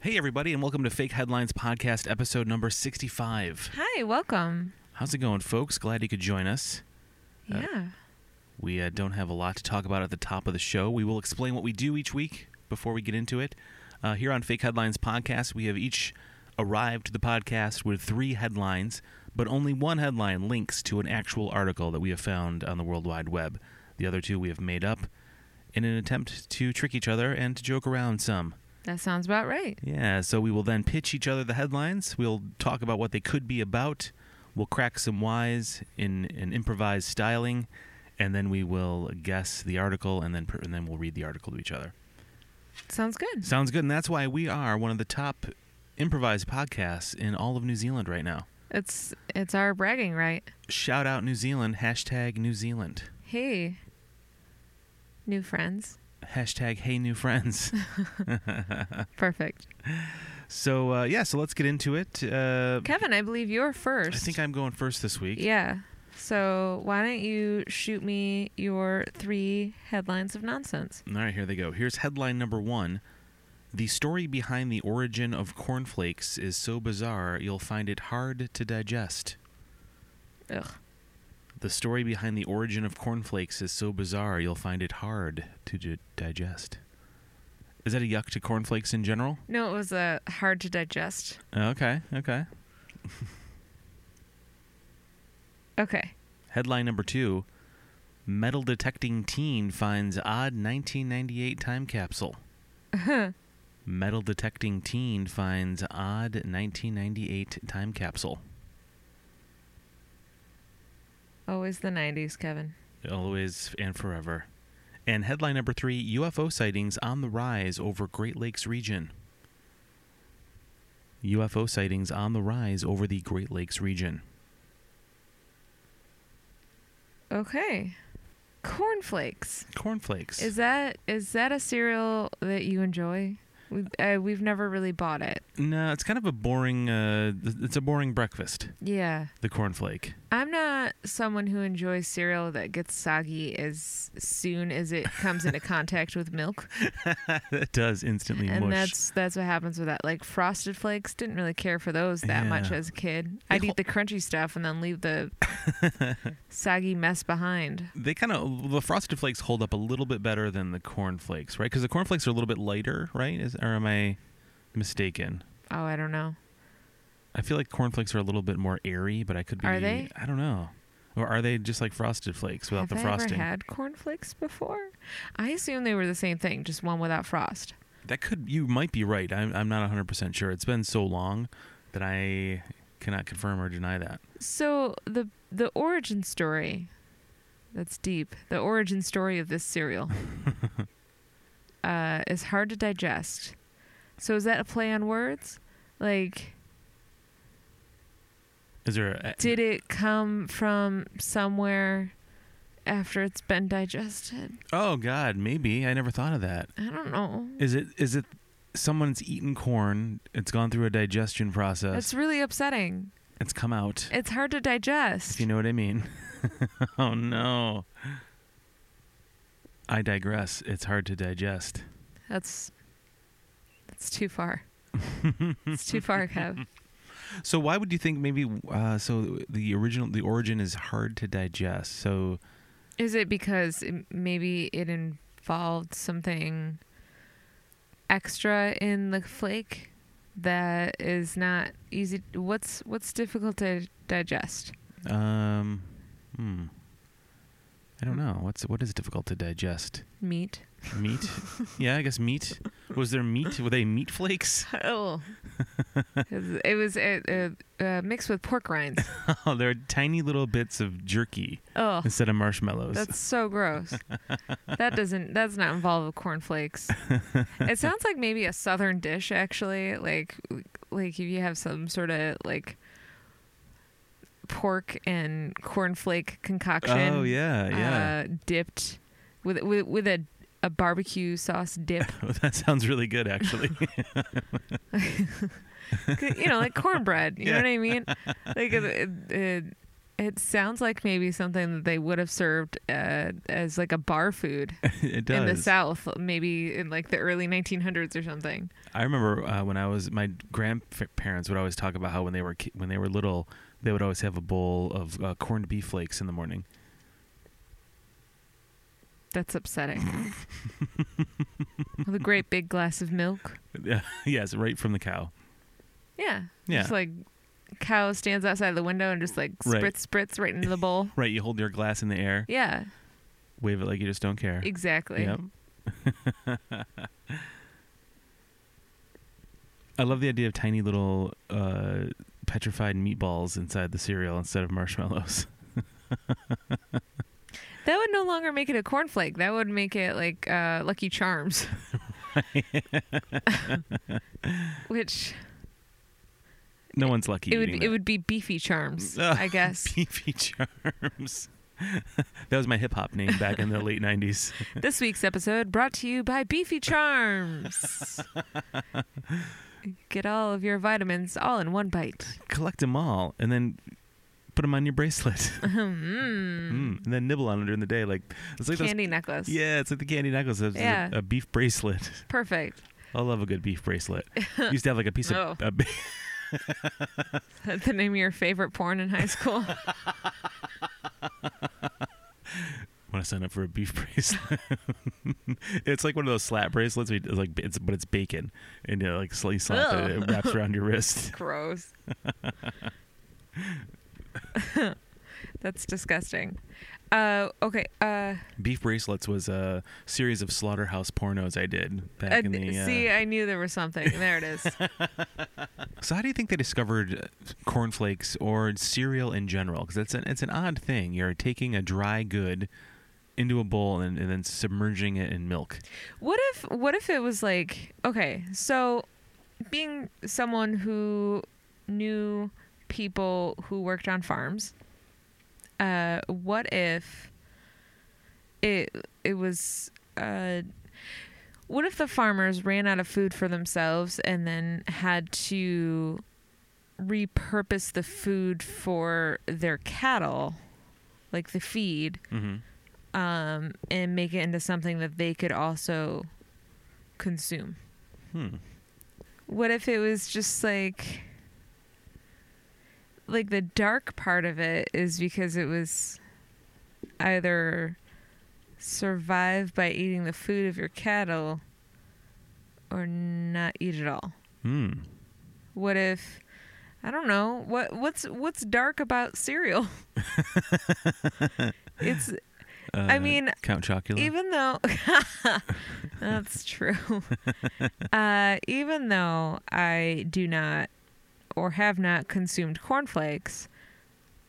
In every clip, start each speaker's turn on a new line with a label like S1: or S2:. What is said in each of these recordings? S1: Hey, everybody, and welcome to Fake Headlines Podcast, episode number 65.
S2: Hi, welcome.
S1: How's it going, folks? Glad you could join us. Uh,
S2: yeah.
S1: We uh, don't have a lot to talk about at the top of the show. We will explain what we do each week before we get into it. Uh, here on Fake Headlines Podcast, we have each arrived to the podcast with three headlines, but only one headline links to an actual article that we have found on the World Wide Web. The other two we have made up in an attempt to trick each other and to joke around some.
S2: That sounds about right.
S1: Yeah, so we will then pitch each other the headlines. We'll talk about what they could be about. We'll crack some whys in an improvised styling, and then we will guess the article, and then pr- and then we'll read the article to each other.
S2: Sounds good.
S1: Sounds good, and that's why we are one of the top improvised podcasts in all of New Zealand right now.
S2: It's it's our bragging right.
S1: Shout out New Zealand, hashtag New Zealand,
S2: Hey, new friends.
S1: hashtag Hey New Friends.
S2: Perfect.
S1: so uh, yeah, so let's get into it. Uh,
S2: Kevin, I believe you're
S1: I
S2: first.
S1: think I'm going first this week.
S2: Yeah. So why don't you shoot me your three headlines of nonsense?
S1: All right, here they go. Here's headline number one. The story behind the origin of cornflakes is so bizarre you'll find it hard to digest.
S2: Ugh.
S1: The story behind the origin of cornflakes is so bizarre you'll find it hard to di- digest. Is that a yuck to cornflakes in general?
S2: No, it was uh, hard to digest.
S1: Okay, okay.
S2: Okay.
S1: Headline number two Metal detecting teen finds odd 1998 time capsule. Metal detecting teen finds odd 1998 time capsule.
S2: Always the 90s, Kevin.
S1: Always and forever. And headline number three UFO sightings on the rise over Great Lakes region. UFO sightings on the rise over the Great Lakes region.
S2: Okay. Cornflakes.
S1: Cornflakes.
S2: Is that is that a cereal that you enjoy? We've, uh, we've never really bought it.
S1: no, it's kind of a boring. Uh, th- it's a boring breakfast.
S2: Yeah.
S1: The cornflake.
S2: I'm not someone who enjoys cereal that gets soggy as soon as it comes into contact with milk.
S1: That does instantly
S2: And
S1: mush.
S2: that's that's what happens with that. Like frosted flakes, didn't really care for those that much
S1: Yeah.
S2: as a kid.
S1: They
S2: I'd
S1: hol-
S2: eat the crunchy stuff and then leave the soggy mess behind.
S1: they kind of the frosted flakes hold up a little bit better than the cornflakes, right? Because the cornflakes are a little bit lighter, right? Is, or am I mistaken?
S2: Oh, I don't know.
S1: I feel like cornflakes are a little bit more airy, but I could be.
S2: Are they?
S1: I don't know. Or are they just like frosted flakes without
S2: Have
S1: the
S2: I
S1: frosting?
S2: ever had cornflakes before? I assume they were the same thing, just one without frost.
S1: that could. You might be right. I'm. I'm not 100 percent sure. It's been so long that I cannot confirm or deny that.
S2: So the the origin story. That's deep. The origin story of this cereal uh, is hard to digest. So is that a play on words? Like,
S1: Is there? A,
S2: did it come from somewhere after it's been digested?
S1: oh God, maybe I never thought of that.
S2: I don't know.
S1: Is it? Is it? Someone's eaten corn. It's gone through a digestion process.
S2: It's really upsetting.
S1: it's come out.
S2: It's hard to digest.
S1: If you know what I mean. oh no. I digress. It's hard to digest.
S2: That's that's too far. it's too far, Kev.
S1: So why would you think maybe uh, so the original the origin is hard to digest. So
S2: Is it because it, maybe it involved something extra in the flake that is not easy? What's what's difficult to digest?
S1: um hmm. I don't know. What's what is difficult to digest?
S2: Meat.
S1: Meat? yeah, I guess meat. Was there meat? Were they meat flakes?
S2: Oh, it was uh, uh, uh, mixed with pork rinds.
S1: Oh, they're tiny little bits of jerky
S2: Oh,
S1: instead of marshmallows.
S2: that's so gross. That doesn't. That's not involved with cornflakes. It sounds like maybe a southern dish, actually. Like, like if you have some sort of like pork and cornflake concoction.
S1: oh yeah, yeah.
S2: Uh, dipped with with with a a barbecue sauce dip.
S1: that sounds really good actually.
S2: you know, like cornbread. You
S1: Yeah.
S2: know what I mean? Like it, it, it It sounds like maybe something that they would have served uh, as like a bar food
S1: it does.
S2: in the South, maybe in like the early 1900s or something.
S1: I remember uh, when I was my grandparents would always talk about how when they were ki- when they were little they would always have a bowl of uh, corned beef flakes in the morning.
S2: That's upsetting. With a great big glass of milk.
S1: yes, right from the cow.
S2: Yeah.
S1: Yeah.
S2: Just like cow stands outside the window and just like
S1: Right.
S2: spritz spritz right into the bowl.
S1: Right, you hold your glass in the air,
S2: Yeah,
S1: wave it like you just don't care.
S2: exactly.
S1: Yep. I love the idea of tiny little uh, petrified meatballs inside the cereal instead of marshmallows.
S2: That would no longer make it a cornflake. That would make it like uh, Lucky Charms. Which
S1: No one's lucky.
S2: it would
S1: eating
S2: it
S1: that.
S2: would be beefy charms,
S1: Ugh,
S2: I guess.
S1: Beefy Charms. that was my hip hop name back in the late '90s.
S2: this week's episode brought to you by Beefy Charms. Get all of your vitamins all in one bite.
S1: Collect them all and then put them on your bracelet,
S2: mm.
S1: mm. and then nibble on them during the day. Like it's like
S2: Candy necklace.
S1: those. Yeah, it's like the candy necklace. It's a-
S2: Yeah.
S1: a beef bracelet.
S2: Perfect.
S1: I love a good beef bracelet. Used to have like a piece of
S2: Oh.
S1: a bi-
S2: the name of your favorite porn in high school.
S1: want to sign up for a beef bracelet. it's like one of those slap bracelets. We it's like it's but it's bacon, and you like slightly slap it, it
S2: Ugh.
S1: wraps around your wrist.
S2: Gross. That's disgusting. Uh, okay. Uh,
S1: Beef bracelets was a series of slaughterhouse pornos I did back
S2: uh,
S1: in the. Uh,
S2: see, I knew there was something. There it is.
S1: so how do you think they discovered uh, cornflakes or cereal in general? Because it's an it's an odd thing. You're taking a dry good into a bowl and, and then submerging it in milk.
S2: What if what if it was like okay, so being someone who knew people who worked on farms, uh, what if it it was uh, what if the farmers ran out of food for themselves and then had to repurpose the food for their cattle, like the feed,
S1: Mm-hmm.
S2: um, and make it into something that they could also consume.
S1: Hmm.
S2: What if it was just like, like the dark part of it is because it was either survive by eating the food of your cattle or not eat at all.
S1: Hmm.
S2: What if I don't know what what's what's dark about cereal? it's I
S1: Uh,
S2: mean,
S1: Count Chocula.
S2: even though that's true uh, even though i do not or have not consumed cornflakes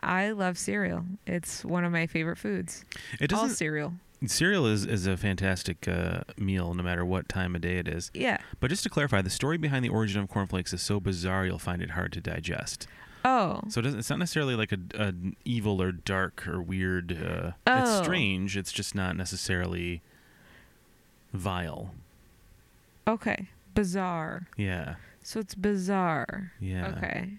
S2: i love cereal it's one of my favorite foods
S1: it
S2: all
S1: doesn't
S2: cereal
S1: Cereal is, is a fantastic uh, meal no matter what time of day it is.
S2: yeah
S1: But just to clarify, the story behind the origin of cornflakes is so bizarre you'll find it hard to digest.
S2: oh
S1: So it doesn't, it's not necessarily like a, an evil or dark or weird. Uh, It's
S2: Oh.
S1: strange. It's just not necessarily vile.
S2: okay bizarre
S1: Yeah.
S2: so it's bizarre
S1: Yeah.
S2: okay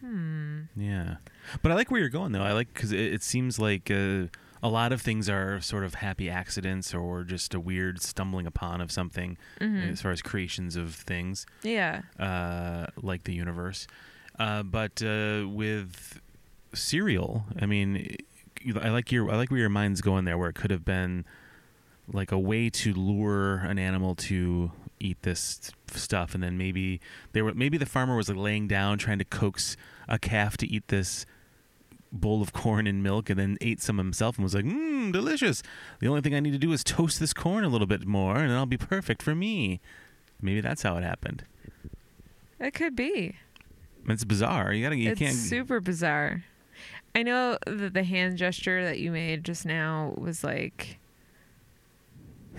S2: hmm
S1: Yeah. But I like where you're going though. I like because it, it seems like uh, a lot of things are sort of happy accidents or just a weird stumbling upon of something
S2: Mhm.
S1: as far as creations of things.
S2: yeah
S1: uh, like the universe. Uh, but uh, with cereal, I mean, you- I like your I like where your mind's going there, where it could have been like a way to lure an animal to eat this stuff, and then maybe they were maybe the farmer was like laying down trying to coax a calf to eat this bowl of corn and milk and then ate some himself and was like mmm delicious the only thing i need to do is toast this corn a little bit more and it'll be perfect for me maybe that's how it happened
S2: it could be
S1: it's bizarre. You gotta. You
S2: it's
S1: can't.
S2: super bizarre. I know that the hand gesture that you made just now was like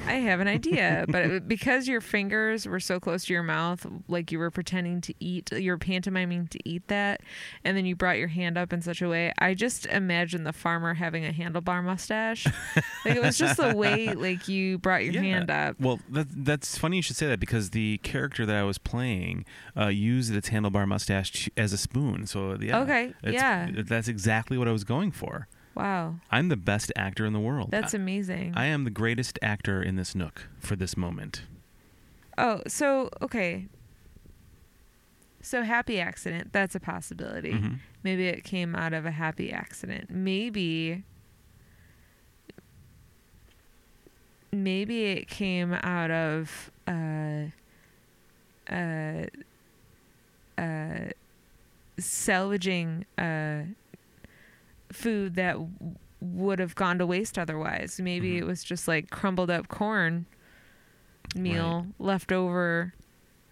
S2: I have an idea, but it- because your fingers were so close to your mouth, like you were pretending to eat, you were pantomiming to eat that, and then you brought your hand up in such a way. I just imagine the farmer having a handlebar mustache. like it was just the way like you brought your
S1: Yeah.
S2: hand up.
S1: Well, that, that's funny you should say that because the character that I was playing uh, used its handlebar mustache to- as a spoon. So uh, yeah,
S2: Okay,
S1: it's- uh,
S2: yeah.
S1: that's exactly what I was going for.
S2: Wow,
S1: I'm the best actor in the world.
S2: that's
S1: I,
S2: amazing.
S1: I am the greatest actor in this nook for this moment.
S2: oh, so okay. So happy accident. That's a possibility.
S1: Mhm.
S2: Maybe it came out of a happy accident. Maybe. Maybe it came out of uh, uh, uh, salvaging uh, food that w- would have gone to waste otherwise. Maybe
S1: Mhm.
S2: it was just like crumbled up corn meal left over,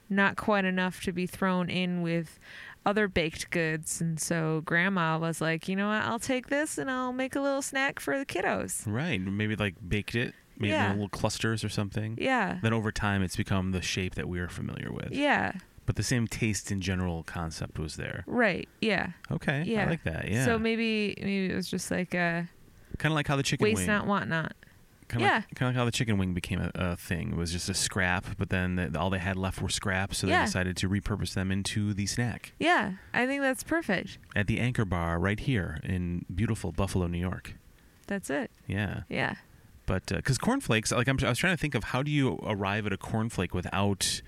S2: not quite enough to be thrown in with other baked goods. And so grandma was like, you know what? I'll take this and I'll make a little snack for the kiddos.
S1: Right. Maybe like baked it, maybe
S2: Yeah.
S1: in little clusters or something.
S2: Yeah.
S1: Then over time, it's become the shape that we are familiar with.
S2: Yeah.
S1: But the same taste and general concept was there.
S2: Right. Yeah.
S1: Okay. I
S2: Yeah.
S1: like that. Yeah.
S2: So maybe maybe it was just like a
S1: kind of like how the chicken
S2: waste
S1: wing.
S2: not want not.
S1: Kind of
S2: Yeah.
S1: like, kind of like how the chicken wing became a, a thing. It was just a scrap, but then the, all they had left were scraps, so
S2: Yeah.
S1: they decided to repurpose them into the snack
S2: Yeah. I think that's perfect.
S1: at the Anchor Bar right here in beautiful Buffalo, New York.
S2: That's it.
S1: Yeah,
S2: Yeah.
S1: but because cornflakes, like I'm, I was trying to think of how do you arrive at a cornflake without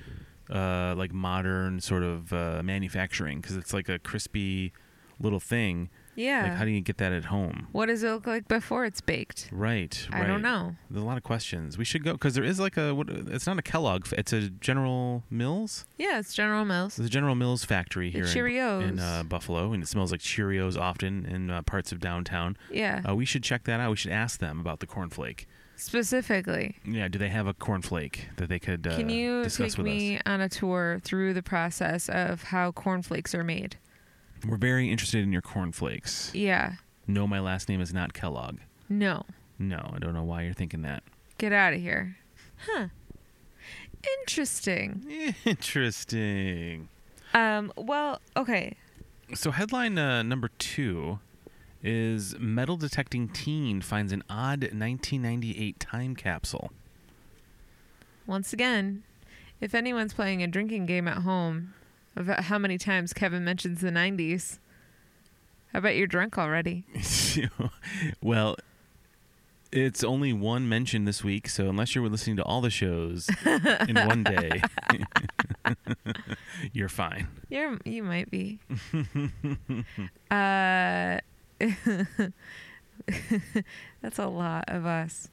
S1: uh, like modern sort of uh, manufacturing? Because it's like a crispy little thing.
S2: Yeah.
S1: Like how do you get that at home?
S2: what does it look like before it's baked?
S1: Right.
S2: I don't
S1: right.
S2: know.
S1: There's a lot of questions. We should go because there is like a. What, it's not a Kellogg. It's a General Mills.
S2: Yeah, it's General Mills.
S1: There's a General Mills factory
S2: The
S1: here in-
S2: Cheerios.
S1: in, uh, Buffalo, and it smells like Cheerios often in uh, parts of downtown.
S2: Yeah.
S1: Uh, we should check that out. We should ask them about the cornflake.
S2: Specifically.
S1: Yeah, do they have a cornflake that they could uh,
S2: Can you
S1: discuss
S2: take
S1: with
S2: me on a tour through the process of how cornflakes are made?
S1: us? We're very interested in your cornflakes.
S2: Yeah.
S1: No, my last name is not Kellogg.
S2: No.
S1: No, I don't know why you're thinking that.
S2: Get out of here. Huh. Interesting.
S1: Interesting.
S2: Um, well, okay.
S1: So headline uh, number two is metal detecting teen finds an odd 1998 time capsule.
S2: Once again, if anyone's playing a drinking game at home about how many times Kevin mentions the 90s, I bet you're drunk already.
S1: well, it's only one mention this week, so unless you're listening to all the shows in one day, you're fine.
S2: You're you might be. uh, that's a lot of us.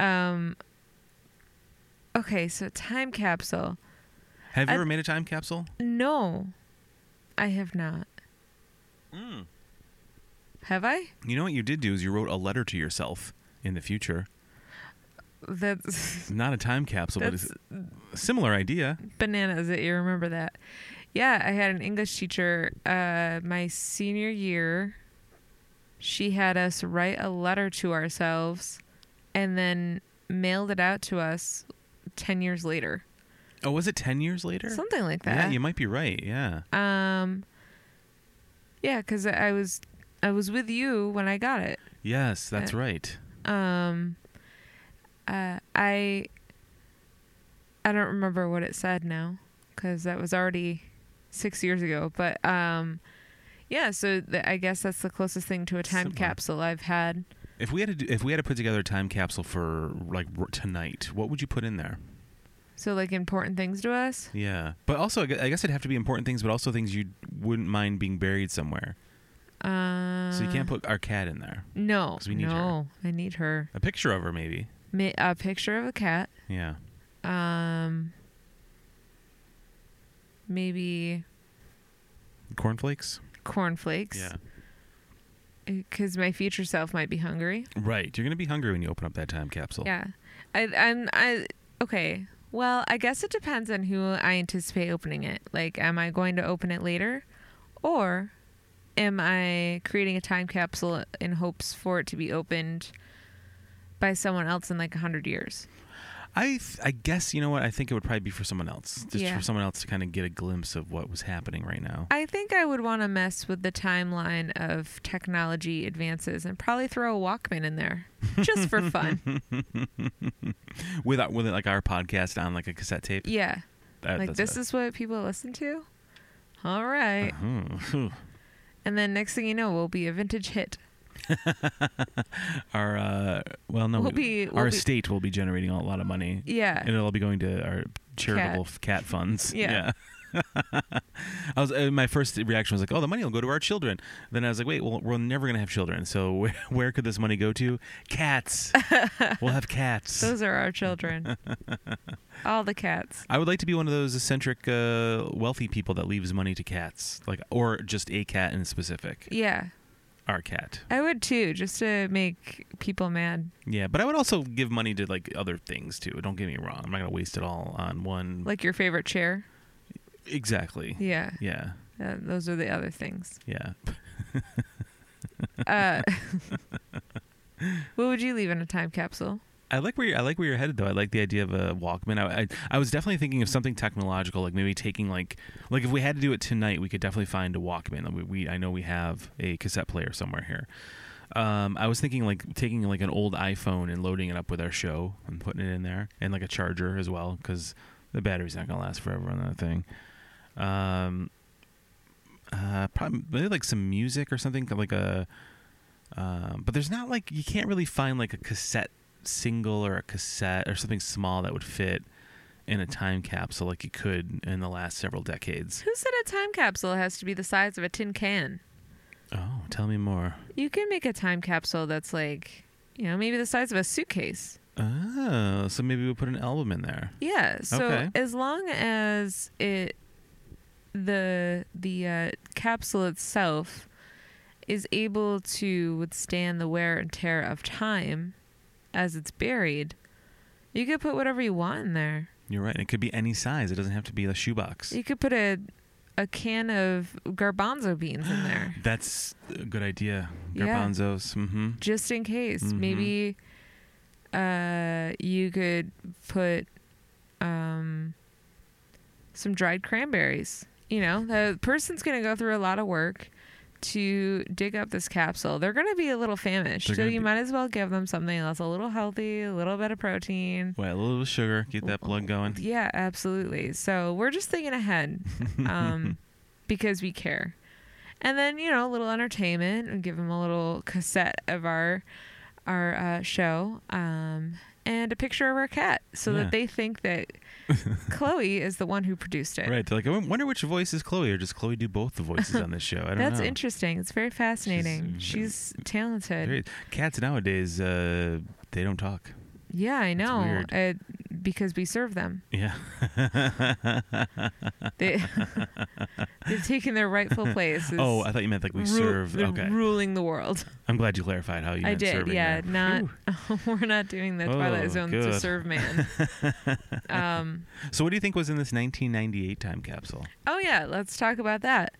S2: Um, okay, so time capsule.
S1: Have you
S2: I-
S1: ever made a time capsule?
S2: No, I have not. Hmm. Have I?
S1: You know what you did do is you wrote a letter to yourself in the future.
S2: That's
S1: Not a time capsule,
S2: that's
S1: but it's a similar idea.
S2: bananas that you remember that. Yeah, I had an English teacher uh, my senior year. She had us write a letter to ourselves and then mailed it out to us 10 years later.
S1: Oh, was it 10 years later?
S2: Something like
S1: Yeah,
S2: that.
S1: you might be right. Yeah.
S2: um Yeah, cuz I was I was with you when I got it.
S1: Yes, that's right.
S2: Um uh I I don't remember what it said now cuz that was already 6 years ago, but um yeah, so th- I guess that's the closest thing to a time
S1: Similar.
S2: capsule I've had.
S1: If we had to do, if we had to put together a time capsule for like r- tonight, what would you put in there?
S2: So like important things to us?
S1: Yeah, but also I gue- I guess it'd have to be important things, but also things you wouldn't mind being buried somewhere.
S2: Uh
S1: so you can't put our cat in there.
S2: No.
S1: 'cause we need her.
S2: no. I need her.
S1: A picture of her, maybe.
S2: Ma- a picture of a cat.
S1: Yeah.
S2: Um, maybe
S1: Cornflakes.
S2: cornflakes. Because my future self might be hungry.
S1: Right. You're gonna be hungry when you open up that time capsule.
S2: Yeah. I, I'm. I. Okay. Well, I guess it depends on who I anticipate opening it. Like, am I going to open it later, or am I creating a time capsule in hopes for it to be opened by someone else in like a hundred years?
S1: I th- I guess you know what I think it would probably be for someone else, just
S2: Yeah.
S1: for someone else to kind of get a glimpse of what was happening right now.
S2: I think I would want to mess with the timeline of technology advances and probably throw a Walkman in there just for fun.
S1: With our- with like our podcast on like a cassette tape.
S2: Yeah.
S1: That-
S2: Like
S1: that's
S2: this
S1: it.
S2: is what people listen to? All right.
S1: Mhm.
S2: And then next thing you know, we'll be a vintage hit.
S1: our uh, well no
S2: We'll
S1: we-
S2: be- we'll
S1: our
S2: be-
S1: estate will be generating a lot of money
S2: Yeah.
S1: and it'll be going to our charitable f- cat, funds.
S2: Yeah.
S1: Yeah. I was uh, my first reaction was like, "Oh, the money will go to our children." Then I was like, "Wait, well, we're never gonna have children. So where, where could this money go to? Cats. we'll have cats.
S2: Those are our children. All the cats.
S1: I would like to be one of those eccentric, uh, wealthy people that leaves money to cats, like or just a cat in specific,
S2: Yeah.
S1: our cat.
S2: I would too, just to make people mad.
S1: Yeah, but I would also give money to like other things too. Don't get me wrong; I'm not gonna waste it all on one.
S2: Like your favorite chair.
S1: exactly.
S2: Yeah.
S1: Yeah.
S2: Uh, those are the other things.
S1: Yeah.
S2: Uh, what would you leave in a time capsule?
S1: I like where you're, I like where you're headed though. I like the idea of a Walkman. I, I I was definitely thinking of something technological, like maybe taking like like if we had to do it tonight, we could definitely find a Walkman. Like, We, we I know we have a cassette player somewhere here. Um, I was thinking like taking like an old iPhone and loading it up with our show and putting it in there, and like a charger as well, because the battery's not gonna last forever on that thing. Um, uh, probably maybe like some music or something like a. Um, but there's not like you can't really find like a cassette single or a cassette or something small that would fit in a time capsule like you could in the last several decades.
S2: Who said a time capsule has to be the size of a tin can?
S1: Oh, tell me more.
S2: You can make a time capsule that's like, you know, maybe the size of a suitcase.
S1: Oh, so maybe we'll put an album in there.
S2: Yeah. So
S1: Okay.
S2: as long as it the the uh, capsule itself is able to withstand the wear and tear of time as it's buried, you could put whatever you want in there.
S1: You're right. It could be any size. It doesn't have to be a shoebox.
S2: You could put a a can of garbanzo beans in there
S1: That's a good idea.
S2: Yeah.
S1: Garbanzos. Mm-hmm.
S2: just in case.
S1: Mhm.
S2: Maybe uh you could put um some dried cranberries. You know, the person's going to go through a lot of work to dig up this capsule. They're going to be a little famished.
S1: They're
S2: so
S1: gonna
S2: you
S1: be-
S2: might as well give them something that's a little healthy, a little bit of protein.
S1: Wait, a little sugar. Get that blood going.
S2: Yeah, absolutely. So we're just thinking ahead um, because we care. And then, you know, a little entertainment and give them a little cassette of our our uh, show um, and a picture of our cat so
S1: Yeah.
S2: that they think that Chloe is the one who produced it.
S1: Right. They're like, I wonder which voice is Chloe, or does Chloe do both the voices on this show? I don't know.
S2: That's interesting. It's very fascinating. She's, talented.
S1: Very- Cats nowadays, uh, they don't talk.
S2: yeah, I
S1: That's
S2: know.
S1: weird.
S2: Uh because we serve them.
S1: Yeah.
S2: They, they've taken their rightful place. as
S1: Oh, I thought you meant like we
S2: ru-
S1: serve.
S2: they're
S1: Okay.
S2: ruling the world.
S1: I'm glad you clarified how you
S2: I
S1: meant
S2: did,
S1: serving
S2: yeah.
S1: there.
S2: Not
S1: Phew.
S2: we're not doing the Twilight
S1: Oh,
S2: Zone to
S1: good.
S2: serve man. um,
S1: So, what do you think was in this 1998 time capsule?
S2: oh yeah, let's talk about that.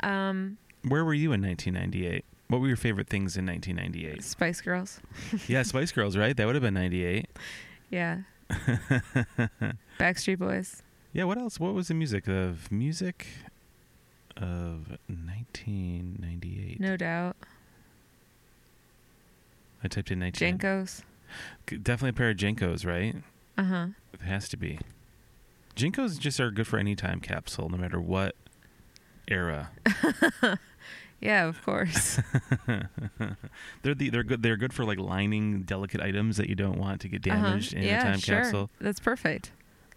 S2: Um,
S1: Where were you in 1998? What were your favorite things in 1998?
S2: Spice Girls,
S1: yeah, Spice Girls, right? That would have been 98.
S2: yeah. Backstreet Boys.
S1: Yeah, what else? What was the music of music of 1998?
S2: No doubt.
S1: I typed in 19.
S2: Jenkos.
S1: Definitely a pair of Jenkos, right?
S2: Uh huh.
S1: It has to be. Jinkos just are good for any time capsule, no matter what era.
S2: Yeah, of course.
S1: They're the, they're good they're good for like lining delicate items that you don't want to get damaged
S2: uh-huh.
S1: in
S2: yeah,
S1: a time
S2: sure.
S1: capsule.
S2: That's perfect.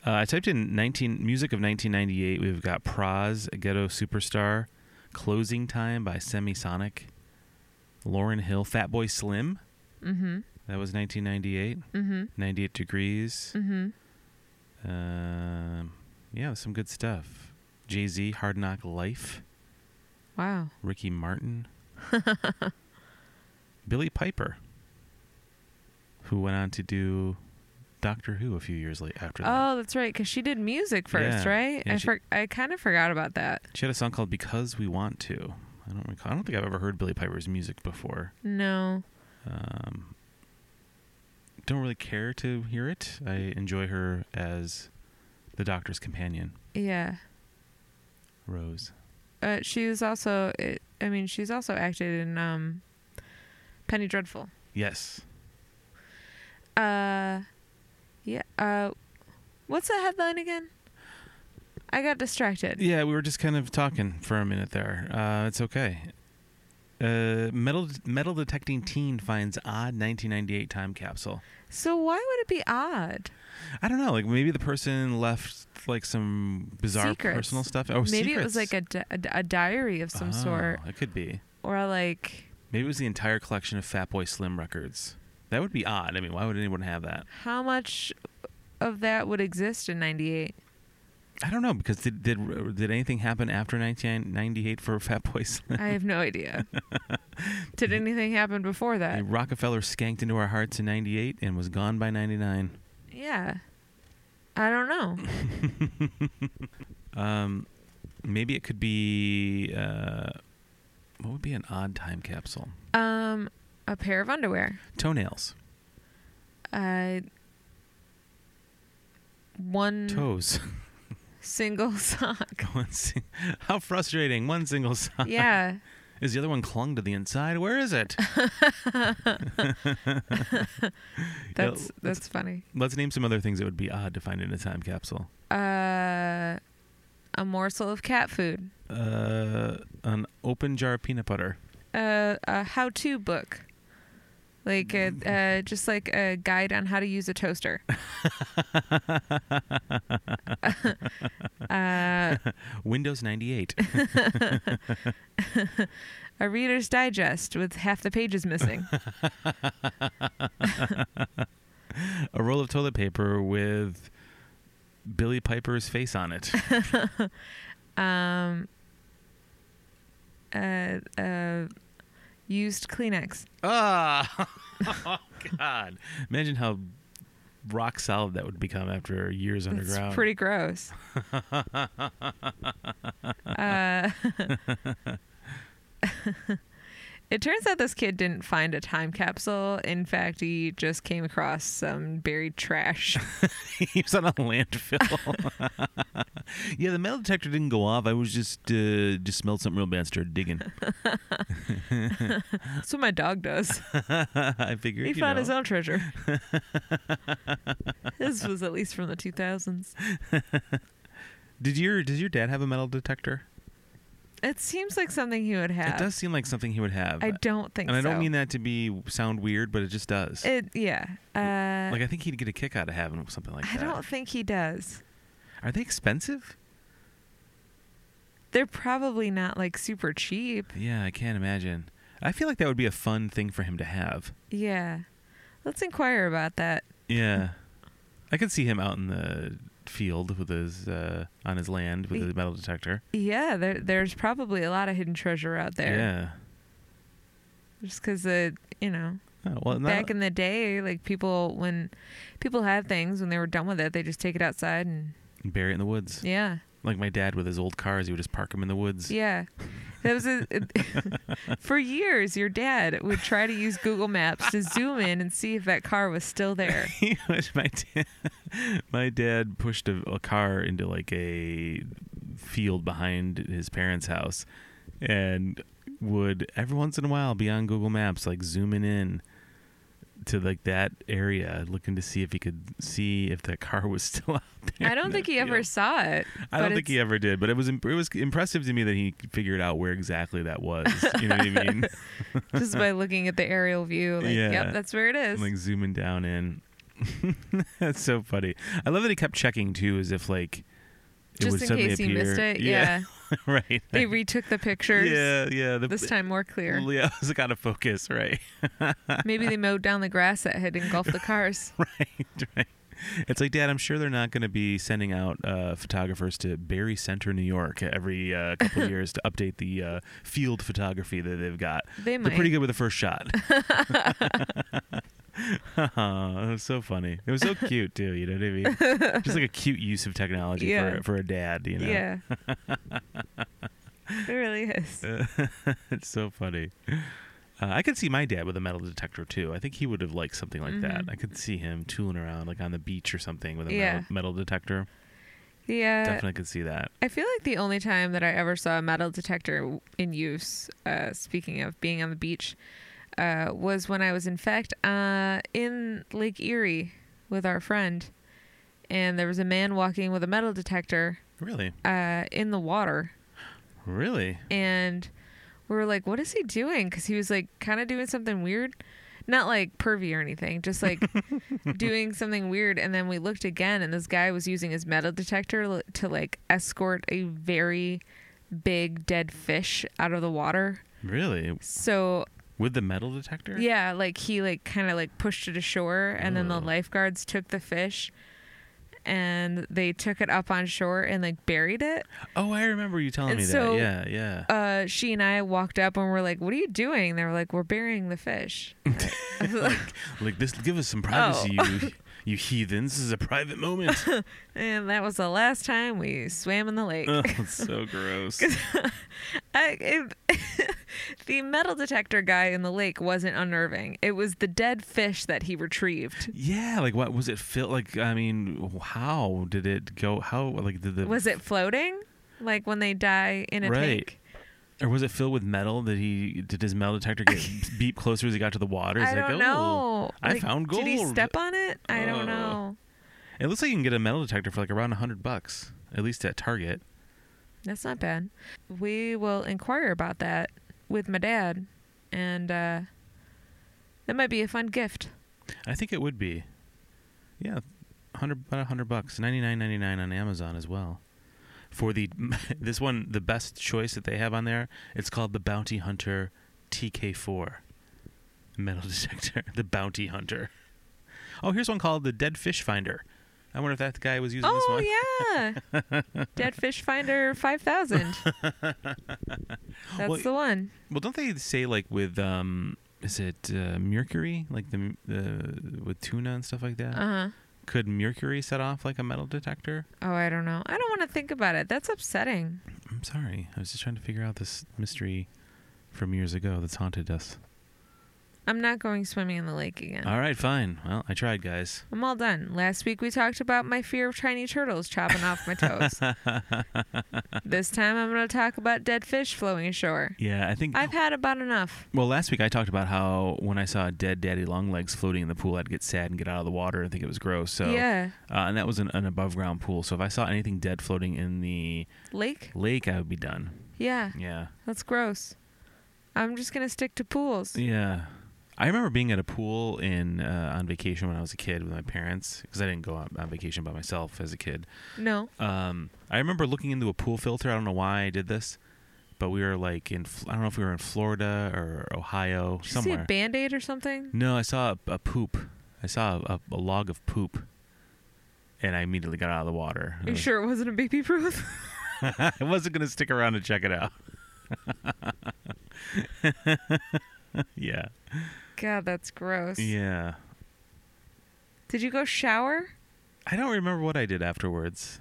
S1: Uh, I typed in 19 music of 1998. We've got Praz, Ghetto Superstar, Closing Time by Semisonic, Lauren Hill, Fatboy Slim.
S2: Mm-hmm.
S1: That was 1998.
S2: Mm-hmm.
S1: 98 degrees.
S2: Mm-hmm.
S1: Um, yeah, some good stuff. Jay Z, Hard Knock Life.
S2: Wow.
S1: Ricky Martin, Billy Piper, who went on to do Doctor Who a few years later after that.
S2: Oh, that's right. Cause she did music first,
S1: Yeah.
S2: right?
S1: Yeah,
S2: I
S1: she-
S2: for- I kind of forgot about that.
S1: She had a song called "Because We Want to." I don't recall. I don't think I've ever heard Billy Piper's music before.
S2: No.
S1: Um, don't really care to hear it. I enjoy her as the doctor's companion,
S2: Yeah.
S1: Rose.
S2: Uh, she was also. It, I mean, she's also acted in um, Penny Dreadful.
S1: Yes.
S2: Uh, yeah. Uh, what's the headline again? I got distracted.
S1: Yeah, we were just kind of talking for a minute there. Uh, it's okay. Uh, metal metal detecting teen finds odd 1998 time capsule.
S2: So why would it be odd?
S1: I don't know, like maybe the person left like some bizarre
S2: Secrets.
S1: personal stuff. Oh, Ah.
S2: Maybe it was like a, di- a, a diary of some sort,
S1: It could be.
S2: or like,
S1: Maybe it was the entire collection of Fatboy Slim records. That would be odd. I mean, why would anyone have that?
S2: how much of that would exist in '98?
S1: I don't know because did did, did anything happen after 1998 for Fatboy Slim?
S2: I have no idea. Did anything happen before that?
S1: Rockefeller skanked into our hearts in 98 and was gone by 99.
S2: Yeah. I don't know.
S1: Um, maybe it could be. Uh, what would be an odd time capsule?
S2: Um, a pair of underwear.
S1: Toenails,
S2: Uh, one
S1: toes.
S2: single sock.
S1: One sing- How frustrating! One single sock.
S2: yeah.
S1: Is the other one clung to the inside? Where is it? Yeah,
S2: That's that's funny.
S1: Let's name some other things that would be odd to find in a time capsule.
S2: Uh, a morsel of cat food.
S1: Uh, an open jar of peanut butter.
S2: Uh, a how-to book. Like a, uh, just like a guide on how to use a toaster. uh,
S1: Windows 98.
S2: a Reader's Digest with half the pages missing.
S1: a roll of toilet paper with Billy Piper's face on it.
S2: um, uh, uh, used Kleenex.
S1: Ah, oh, God! Imagine how rock solid that would become after years underground.
S2: That's pretty gross. uh, it turns out this kid didn't find a time capsule. In fact, he just came across some buried trash.
S1: he was on a landfill. yeah, the metal detector didn't go off. I was just uh, just smelled something real bad, and started digging.
S2: That's what my dog does.
S1: I figured
S2: He
S1: you
S2: found
S1: know,
S2: his own treasure. this was at least from the 2000s.
S1: Did your does your dad have a metal detector?
S2: It seems like something he would have.
S1: It does seem like something he would have.
S2: I don't think
S1: and I don't
S2: so.
S1: mean that to be sound weird, but it just does.
S2: It, yeah. Uh,
S1: like I think he'd get a kick out of having something like
S2: I
S1: that.
S2: don't think he does.
S1: Are they expensive?
S2: They're probably not like super cheap.
S1: Yeah, I can't imagine. I feel like that would be a fun thing for him to have.
S2: Yeah. Let's inquire about that.
S1: Yeah, I could see him out in the field with his uh, on his land with
S2: Y-
S1: his metal detector.
S2: Yeah, there, there's probably a lot of hidden treasure out there.
S1: Yeah.
S2: Just because the you know
S1: Oh, well, not-
S2: back in the day, like people when people had things when they were done with it, they just take it outside and
S1: bury it in the woods.
S2: yeah,
S1: Like my dad with his old cars, he would just park them in the woods.
S2: yeah. That was a, for years. Your dad would try to use Google Maps to zoom in and see if that car was still there.
S1: He was- my dad, my dad pushed a, a car into like a field behind his parents' house, and would every once in a while be on Google Maps, like zooming in to like that area, looking to see if he could see if that car was still out there.
S2: I don't
S1: in
S2: think
S1: that
S2: he ever
S1: field.
S2: saw it.
S1: I
S2: but
S1: don't think
S2: it's-
S1: he ever did, but it was im- it was impressive to me that he figured out where exactly that was. You know what I mean?
S2: just by looking at the aerial view. Like,
S1: Yeah.
S2: yep, that's where it is.
S1: I'm, like zooming down in. That's so funny. I love that he kept checking too, as if like it
S2: just
S1: would
S2: in
S1: suddenly
S2: case you
S1: appear.
S2: missed it.
S1: yeah,
S2: Yeah.
S1: right.
S2: they
S1: Like,
S2: retook the pictures.
S1: Yeah, yeah. The,
S2: This time more clear.
S1: yeah, it was out of focus. Right,
S2: Maybe they mowed down the grass that had engulfed the cars.
S1: right, right. It's like, Dad, I'm sure they're not going to be sending out uh, photographers to Barry Center, New York, every uh, couple of years to update the uh, field photography that they've got.
S2: They might.
S1: They're pretty good with the first shot. Aw, it was so funny. It was so cute too. You know what I mean? Just like a cute use of technology
S2: Yeah.
S1: for for a dad. You know?
S2: Yeah. it really is.
S1: it's so funny. Uh, I could see my dad with a metal detector too. I think he would have liked something like that. I could see him tooling around like on the beach or something with a
S2: Mm-hmm. Yeah. Uh,
S1: metal, metal detector.
S2: Yeah.
S1: Definitely could see that.
S2: I feel like the only time that I ever saw a metal detector w- in use, uh, speaking of being on the beach, uh, was when I was in fact uh, in Lake Erie with our friend, and there was a man walking with a metal detector
S1: Really,
S2: uh, in the water,
S1: really.
S2: and we were like, "What is he doing?" Because he was like kind of doing something weird, not like pervy or anything, just like doing something weird. And then we looked again, and this guy was using his metal detector l- to like escort a very big dead fish out of the water.
S1: Really?
S2: So
S1: With the metal detector?
S2: yeah, like he like kind of like pushed it ashore, and then the
S1: Oh.
S2: lifeguards took the fish. And they took it up on shore and like buried it.
S1: Oh, I remember you telling
S2: And
S1: me
S2: so-
S1: that. Yeah, yeah.
S2: uh, she and I walked up and we're like, "What are you doing?" They were like, "We're burying the fish." I was like,
S1: like this give us some privacy,
S2: oh.
S1: you you heathens. This is a private moment.
S2: and that was the last time we swam in the lake.
S1: oh, it's so gross.
S2: I, it, the metal detector guy in the lake wasn't unnerving. It was the dead fish that he retrieved.
S1: Yeah, like what was it feel like I mean, how did it go how like did the
S2: Was it floating? Like when they die in a
S1: Right.
S2: tank?
S1: or was it filled with metal? Did he did his metal detector get beep closer as he got to the water? It's
S2: I
S1: like,
S2: don't
S1: "Oh,
S2: know.
S1: I
S2: Like,
S1: found
S2: Did he
S1: gold."
S2: step on it? I
S1: Oh.
S2: don't know.
S1: It looks like you can get a metal detector for like around a hundred bucks, at least at Target.
S2: That's not bad. We will inquire about that with my dad, and uh, that might be a fun gift.
S1: I think it would be. Yeah, hundred about a hundred bucks, ninety nine ninety nine on Amazon as well. For the this one, the best choice that they have on there, it's called the Bounty Hunter TK4 metal detector. The Bounty Hunter. Oh, here's one called the Dead Fish Finder. I wonder if that guy was using this one.
S2: Oh yeah, Dead Fish Finder five thousand. That's
S1: Well,
S2: the one.
S1: Well, don't they say like with um, is it uh, mercury, like the the with tuna and stuff like that?
S2: Uh huh.
S1: Could mercury set off like a metal detector?
S2: Oh, I don't know. I don't want to think about it. That's upsetting.
S1: I'm sorry. I was just trying to figure out this mystery from years ago that's haunted us.
S2: I'm not going swimming in the lake again.
S1: All right, fine. Well, I tried, guys.
S2: I'm all done. Last week we talked about my fear of tiny turtles chopping off my toes. this time I'm going to talk about dead fish floating ashore.
S1: Yeah, I think.
S2: I've had about enough.
S1: well, last week I talked about how when I saw a dead daddy longlegs floating in the pool, I'd get sad and get out of the water and think it was gross. So,
S2: Yeah.
S1: uh, and that was an, an above ground pool. So if I saw anything dead floating in the
S2: Lake?
S1: lake, I would be done.
S2: Yeah.
S1: Yeah.
S2: That's gross. I'm just gonna stick to pools.
S1: Yeah. I remember being at a pool in uh, on vacation when I was a kid with my parents because I didn't go out on vacation by myself as a kid.
S2: No.
S1: Um, I remember looking into a pool filter. I don't know why I did this, but we were like in, F- I don't know if we were in Florida or Ohio,
S2: Did you see a
S1: somewhere.
S2: band aid or something?
S1: no, I saw a, a poop. I saw a, a log of poop. And I immediately got out of the water.
S2: Are you sure it wasn't a baby proof?
S1: I wasn't going to stick around to check it out. yeah.
S2: God, that's gross.
S1: Yeah.
S2: Did you go shower?
S1: I don't remember what I did afterwards.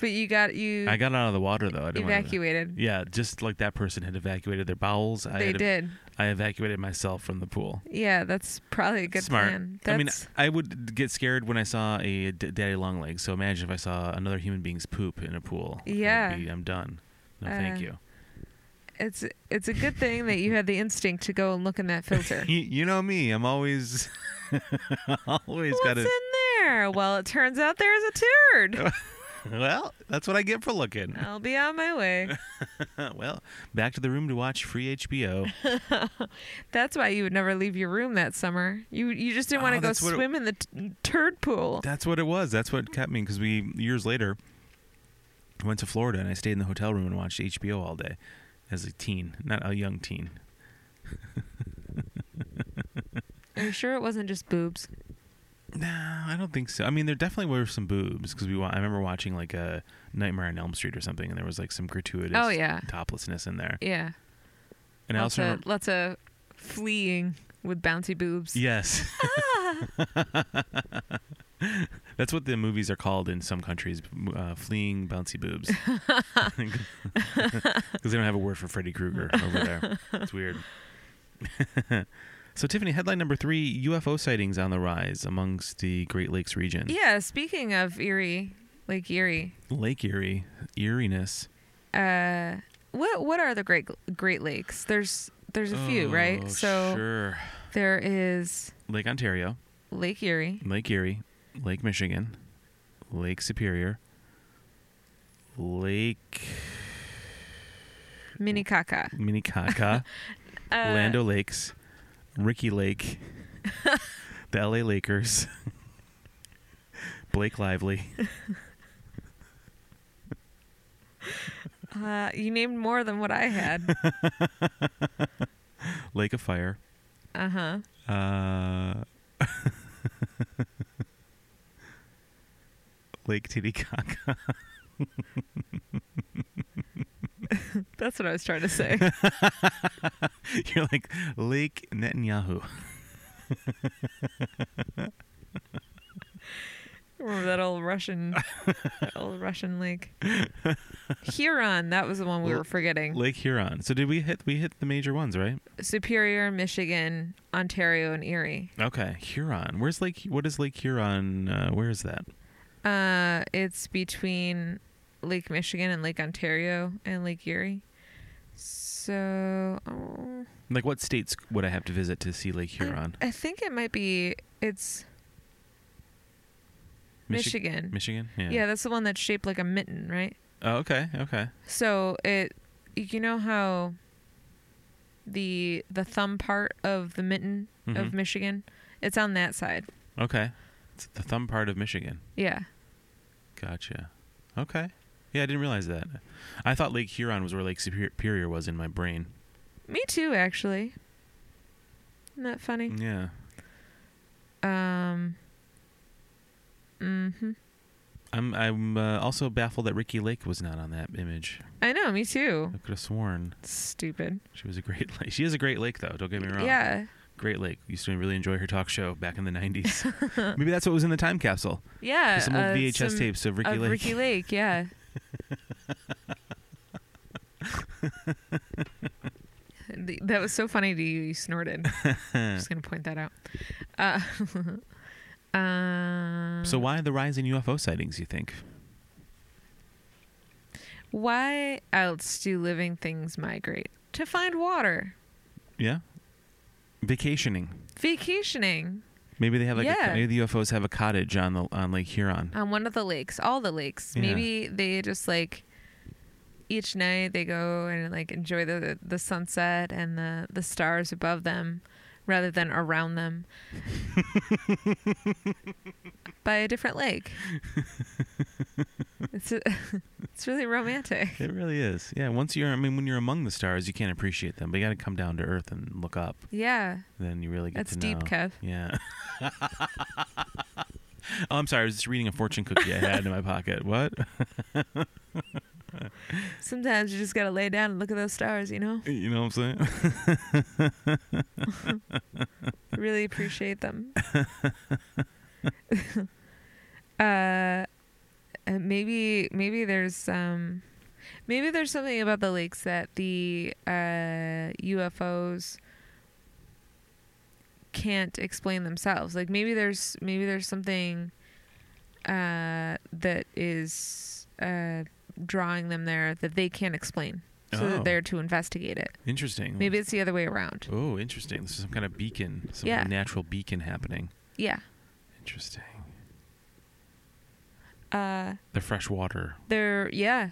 S2: But you got you
S1: I got out of the water, though. I didn't wanna-
S2: evacuated.
S1: Yeah, just like that person had evacuated their bowels. I,
S2: they
S1: had,
S2: did.
S1: I evacuated myself from the pool.
S2: Yeah, that's probably a good
S1: Smart.
S2: plan.
S1: I mean,
S2: That's
S1: I would get scared when I saw a d- daddy long leg. So imagine if I saw another human being's poop in a pool. I'd
S2: Yeah.
S1: be- I'm done. No, thank
S2: Uh,
S1: you.
S2: it's it's a good thing that you had the instinct to go and look in that filter.
S1: you. You know me. I'm always, always
S2: What's
S1: got to.
S2: in there? Well, it turns out there's a turd.
S1: Well, that's what I get for looking.
S2: I'll be on my way. Oh.
S1: well, back to the room to watch free HBO.
S2: That's why you would never leave your room that summer. You you just didn't want
S1: Oh,
S2: to go
S1: that's what it-
S2: swim in the t- turd pool.
S1: That's what it was. That's what kept me because we years later I went to Florida and I stayed in the hotel room and watched HBO all day as a teen, not a young teen.
S2: Are you sure it wasn't just boobs?
S1: Nah, I don't think so. I mean, there definitely were some boobs because we. Wa- I remember watching like a Nightmare on Elm Street or something, and there was like some gratuitous
S2: Oh yeah,
S1: toplessness in there.
S2: yeah.
S1: And I
S2: lots,
S1: also
S2: of,
S1: remember,
S2: lots of fleeing with bouncy boobs.
S1: yes,
S2: Ah.
S1: that's what the movies are called in some countries: uh, fleeing bouncy boobs, because they don't have a word for Freddy Krueger over there. It's weird. So, Tiffany, headline number three UFO sightings on the rise amongst the Great Lakes region.
S2: Yeah, speaking of Erie, Lake Erie,
S1: Lake Erie, eeriness.
S2: uh, what what are the Great Great Lakes? There's there's a few,
S1: Oh,
S2: right? So
S1: sure.
S2: there is
S1: Lake Ontario,
S2: Lake Erie,
S1: Lake Erie, Lake Michigan, Lake Superior, Lake
S2: Minnecaca,
S1: Minnecaca,
S2: Uh,
S1: Lando Lakes, Ricky Lake, the LA Lakers, Blake Lively.
S2: Uh, you named more than what I had.
S1: Lake of Fire.
S2: Uh huh.
S1: Uh, Lake Titicaca.
S2: That's what I was trying to say.
S1: You're like Lake Netanyahu.
S2: Remember that old Russian, that old Russian lake. Huron. That was the one we
S1: L-
S2: were forgetting.
S1: Lake Huron. So did we hit we hit the major ones, right?
S2: Superior, Michigan, Ontario, and Erie.
S1: Okay. Huron. Where's Lake what is Lake Huron? Uh, where is that?
S2: Uh, it's between Lake Michigan and Lake Ontario and Lake Erie. So oh,
S1: Like what states would I have to visit to see Lake Huron?
S2: I think it might be it's
S1: Michi-
S2: Michigan.
S1: Michigan? Yeah.
S2: yeah, that's the one that's shaped like a mitten, right?
S1: Oh, okay. Okay.
S2: So it, you know how the the thumb part of the mitten
S1: Mhm.
S2: of Michigan, it's on that side.
S1: Okay. It's the thumb part of Michigan.
S2: Yeah.
S1: Gotcha. Okay. Yeah, I didn't realize that. I thought Lake Huron was where Lake Superior was in my brain.
S2: Me too, actually. Isn't that funny?
S1: Yeah.
S2: Um. Mm-hmm.
S1: I'm I'm uh, also baffled that Ricky Lake was not on that image.
S2: I know. Me too.
S1: I could have sworn
S2: Stupid.
S1: she was a great lake. She is a great lake though. Don't get me wrong.
S2: Yeah.
S1: Great Lake. Used to really enjoy her talk show back in the 90s. Maybe that's what was in the time capsule.
S2: Yeah.
S1: Just some old
S2: uh,
S1: VHS
S2: some
S1: tapes of Ricky
S2: of
S1: Lake.
S2: Ricky Lake. Yeah. The- that was so funny to you. You snorted. I'm just gonna point that out. Uh, um,
S1: So why the rise in UFO sightings, you think?
S2: why else do living things migrate to find water?
S1: Yeah. Vacationing.
S2: Vacationing
S1: Maybe they have like
S2: Yeah. Um,
S1: a, maybe the UFOs have a cottage on the on Lake Huron.
S2: on one of the lakes, all the lakes.
S1: Yeah.
S2: Maybe they just like each night they go and like enjoy the the sunset and the the stars above them rather than around them by a different lake. it's it's really romantic.
S1: It really is. Yeah, once you're I mean when you're among the stars, you can't appreciate them. But you got to come down to earth and look up.
S2: Yeah,
S1: Then you really get
S2: that's
S1: to
S2: deep,
S1: know.
S2: Kev.
S1: Yeah. oh, I'm sorry. I was just reading a fortune cookie I had in my pocket. What?
S2: Sometimes you just gotta lay down and look at those stars. You know,
S1: You know what I'm saying?
S2: really appreciate them. uh, uh, maybe maybe there's um, maybe there's something about the lakes that the uh, UFOs can't explain themselves. Like maybe there's maybe there's something uh, that is uh, drawing them there that they can't explain, so
S1: Oh. Hmm.
S2: that they're to investigate it.
S1: Interesting.
S2: Maybe it's the other way around.
S1: Oh, interesting. This is some kind of beacon, some
S2: Yeah.
S1: natural beacon happening.
S2: Yeah.
S1: Interesting.
S2: Uh,
S1: The fresh water.
S2: there. Yeah.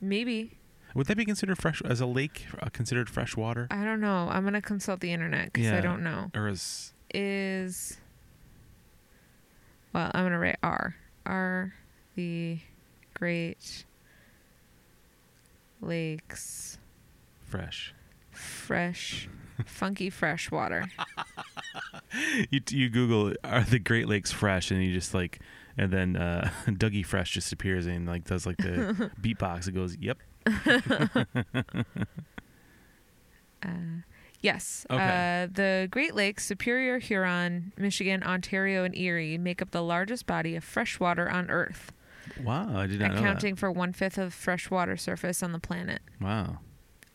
S2: Maybe.
S1: Would that be considered fresh as a lake? Uh, considered fresh water,
S2: I don't know. I'm gonna consult the internet because
S1: Yeah.
S2: I don't know.
S1: or is
S2: Is well, I'm gonna write R. R the Great Lakes
S1: fresh?
S2: fresh, funky fresh water.
S1: You you Google are the Great Lakes fresh, and you just like, and then uh, Dougie Fresh just appears and like does like the beatbox. It goes, yep.
S2: Uh, yes.
S1: Okay.
S2: Uh, the Great Lakes, Superior, Huron, Michigan, Ontario, and Erie make up the largest body of fresh water on Earth.
S1: Wow, I did not know
S2: accounting for one fifth of fresh water surface on the planet.
S1: that. Wow,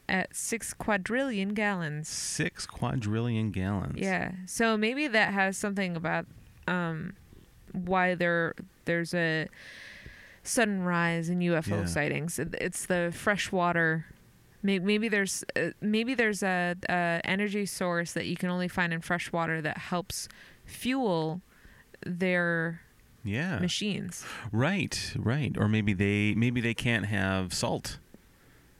S2: at six quadrillion gallons.
S1: Six quadrillion gallons.
S2: Yeah. So maybe that has something about um, why there there's a sudden rise in UFO
S1: Yeah.
S2: sightings. It- It's the fresh water. May- Maybe there's uh, maybe there's a, a energy source that you can only find in fresh water that helps fuel their
S1: Yeah.
S2: machines.
S1: Right, right. Or maybe they maybe they can't have salt.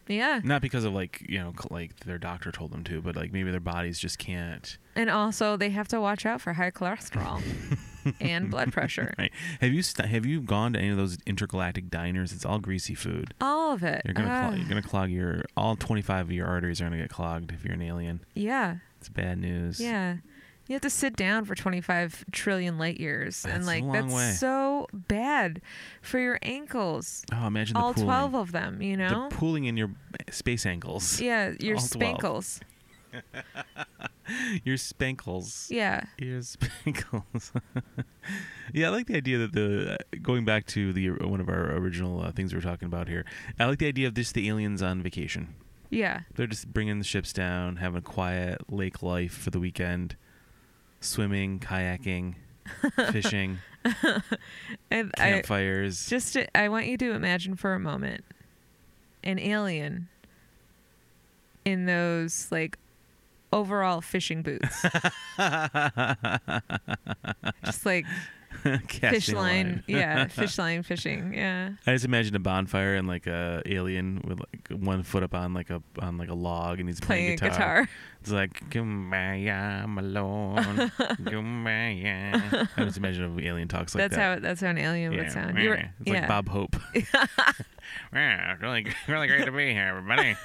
S2: Yeah.
S1: Not because of like, you know, c- like their doctor told them to, but like maybe their bodies just can't.
S2: And also, they have to watch out for high cholesterol and blood pressure.
S1: Right. Have you st- have you gone to any of those intergalactic diners? It's all greasy food.
S2: All of it.
S1: You're gonna
S2: Ah,
S1: clog, you're gonna clog your all 25 of your arteries are gonna get clogged if you're an alien.
S2: yeah,
S1: It's bad news.
S2: yeah. You have to sit down for 25 trillion light years, and
S1: That's a
S2: like
S1: long
S2: that's
S1: way.
S2: so bad for your ankles.
S1: Oh, imagine the
S2: All
S1: pooling.
S2: 12 of them, you know.
S1: The pooling in your space ankles.
S2: yeah, your
S1: all 12.
S2: spankles.
S1: Your spankles.
S2: Yeah,
S1: Your spankles. yeah, I like the idea that the uh, going back to the one of our original uh, things we were talking about here. I like the idea of just the aliens on vacation.
S2: yeah,
S1: They're just bringing the ships down, having a quiet lake life for the weekend, swimming, kayaking, fishing,
S2: and I
S1: campfires.
S2: just to- I want you to imagine for a moment an alien in those like overall fishing boots, just like fish
S1: Casting a
S2: line, yeah, fish line fishing, yeah,
S1: I just imagine a bonfire and like a alien with like one foot up on like a on like a log and he's
S2: playing a
S1: playing,
S2: guitar.
S1: It's like Kumbaya, I'm alone. Kumbaya. I just imagine an alien talks like
S2: that's
S1: that.
S2: how that's how an alien would sound.
S1: meh.
S2: You were-
S1: it's
S2: yeah,
S1: like Bob Hope. Yeah, really, really great to be here, everybody.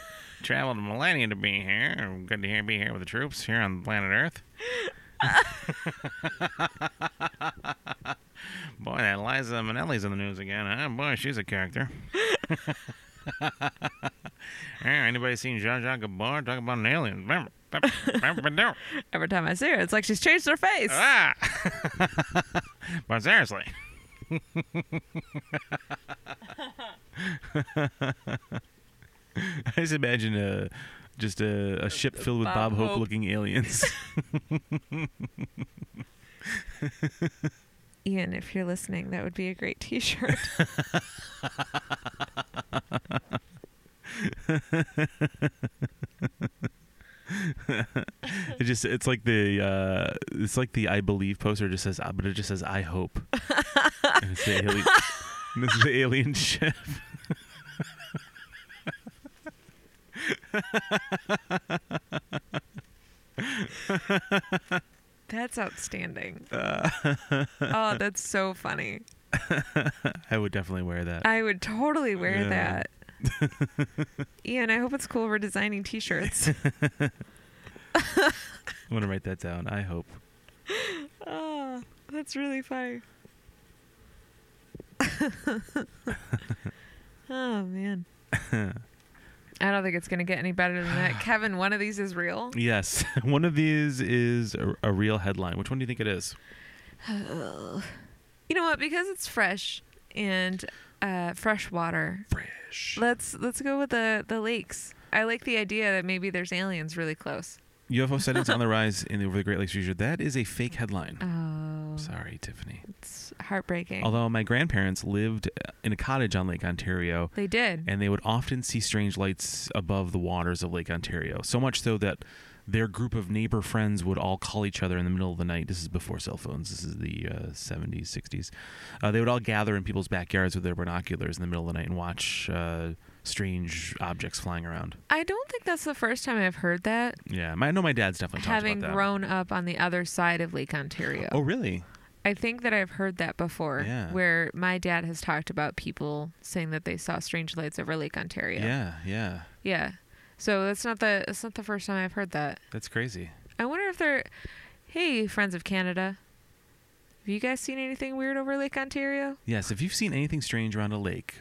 S1: Traveled a millennia to be here. Good to hear, be here with the troops here on planet Earth. Boy, that Liza Minnelli's in the news again, huh? Boy, she's a character. Yeah, anybody seen Jean-Jacques Gabor talk about an alien? Remember, remember, remember.
S2: every time I see her, it's like she's changed her face.
S1: Ah! but seriously. I just imagine a just a, a ship filled with
S2: Bob
S1: Bob, Hope
S2: Hope.
S1: looking aliens.
S2: Ian, if you're listening, that would be a great T-shirt.
S1: it just it's like the uh, it's like the I believe poster just says but it just says I hope. and it's the alien, and this is the alien ship.
S2: That's outstanding. oh, that's so funny.
S1: I would definitely wear that.
S2: I would totally wear
S1: Yeah.
S2: that. Ian, I hope it's cool we're designing t shirts.
S1: I'm gonna write that down. I hope.
S2: oh, that's really funny. oh, man. I don't think it's going to get any better than that. Kevin, one of these is real.
S1: Yes, one of these is a, a real headline. Which one do you think it is?
S2: You know what? Because it's fresh and uh, fresh water,
S1: Fresh.
S2: let's let's go with the, the lakes. I like the idea that maybe there's aliens really close.
S1: UFO sightings on the rise in the, over the Great Lakes region. That is a fake headline.
S2: Oh,
S1: Sorry, Tiffany.
S2: it's heartbreaking.
S1: Although my grandparents lived uh, in a cottage on Lake Ontario,
S2: they did.
S1: and they would often see strange lights above the waters of Lake Ontario. So much so that their group of neighbor friends would all call each other in the middle of the night. This is before cell phones. This is the uh, 70s, 60s. Uh, they would all gather in people's backyards with their binoculars in the middle of the night and watch uh, strange objects flying around.
S2: I don't think that's the first time I've heard that.
S1: Yeah, my, I know my dad's definitely talked
S2: having
S1: about that.
S2: grown up on the other side of Lake Ontario,
S1: oh, really?
S2: I think that I've heard that before.
S1: Yeah.
S2: Where my dad has talked about people saying that they saw strange lights over Lake Ontario.
S1: Yeah, yeah.
S2: Yeah. So that's not the that's not the first time I've heard that.
S1: That's crazy.
S2: I wonder if they're. Hey, friends of Canada, have you guys seen anything weird over Lake Ontario?
S1: Yes, if you've seen anything strange around a lake,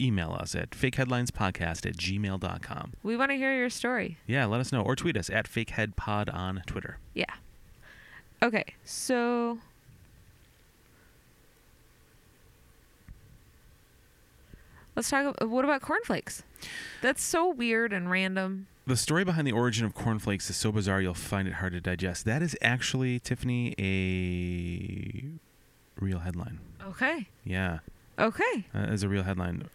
S1: email us at fakeheadlinespodcast at gmail.com.
S2: We want to hear your story.
S1: Yeah, let us know. Or tweet us at fakeheadpod on Twitter.
S2: Yeah. Okay, so. Let's talk. What about cornflakes? That's so weird and random.
S1: The story behind the origin of cornflakes is so bizarre you'll find it hard to digest. That is actually, Tiffany, a real headline.
S2: Okay.
S1: Yeah,
S2: Okay.
S1: uh, is a real headline.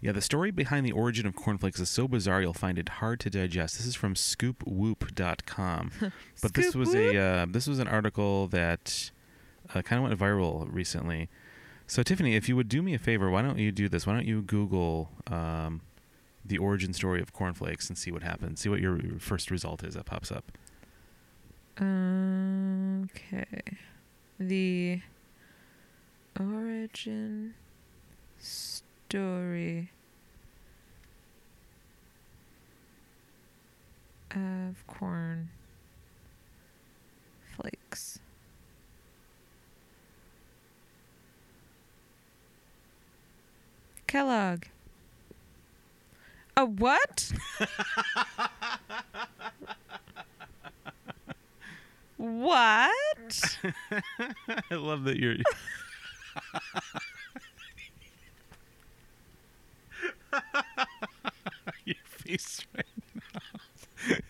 S1: Yeah, the story behind the origin of cornflakes is so bizarre you'll find it hard to digest. This is from scoopwhoop.com. but this
S2: Scoop
S1: was
S2: whoop.
S1: a uh, this was an article that uh, kind of went viral recently. So Tiffany, if you would do me a favor, why don't you do this? Why don't you Google um, the origin story of cornflakes and see what happens? See what your first result is that pops up.
S2: Okay. The origin story of corn flakes. Kellogg. A what? what?
S1: I love that you're. Your face right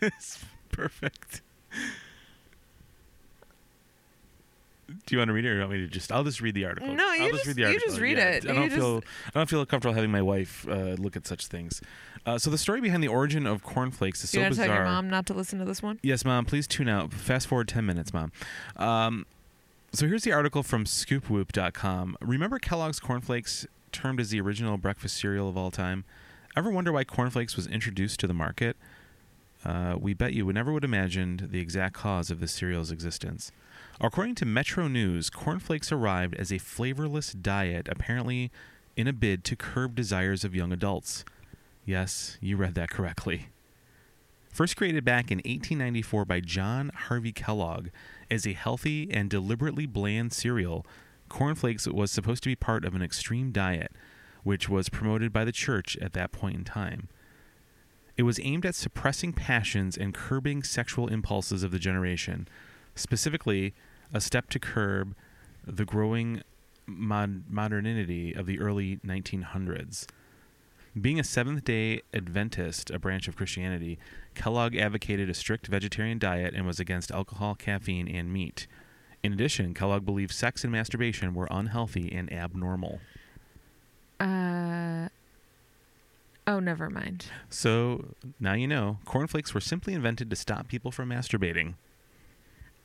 S1: now is perfect. Do you want to read it, or do you want me to just? I'll just read the article.
S2: No, you
S1: I'll
S2: just-
S1: read the
S2: you
S1: article.
S2: just read
S1: yeah.
S2: it.
S1: I don't
S2: You just-
S1: feel. I don't feel comfortable having my wife uh, look at such things. Uh, so the story behind the origin of cornflakes is so
S2: you gotta
S1: bizarre.
S2: tell your mom not to listen to this one.
S1: Yes, mom. Please tune out. Fast forward 10 minutes, mom. Um, so here's the article from scoopwhoop.com. Remember Kellogg's cornflakes, termed as the original breakfast cereal of all time? Ever wonder why cornflakes was introduced to the market? Uh, we bet you would never would imagined the exact cause of the cereal's existence. According to Metro News, cornflakes arrived as a flavorless diet, apparently in a bid to curb desires of young adults. Yes, you read that correctly. First created back in 1894 by John Harvey Kellogg as a healthy and deliberately bland cereal, cornflakes was supposed to be part of an extreme diet, which was promoted by the church at that point in time. It was aimed at suppressing passions and curbing sexual impulses of the generation, specifically, a step to curb the growing mod- modernity of the early 1900s. Being a Seventh day Adventist, a branch of Christianity, Kellogg advocated a strict vegetarian diet and was against alcohol, caffeine, and meat. In addition, Kellogg believed sex and masturbation were unhealthy and abnormal.
S2: Uh. Oh, never mind.
S1: So now you know, cornflakes were simply invented to stop people from masturbating.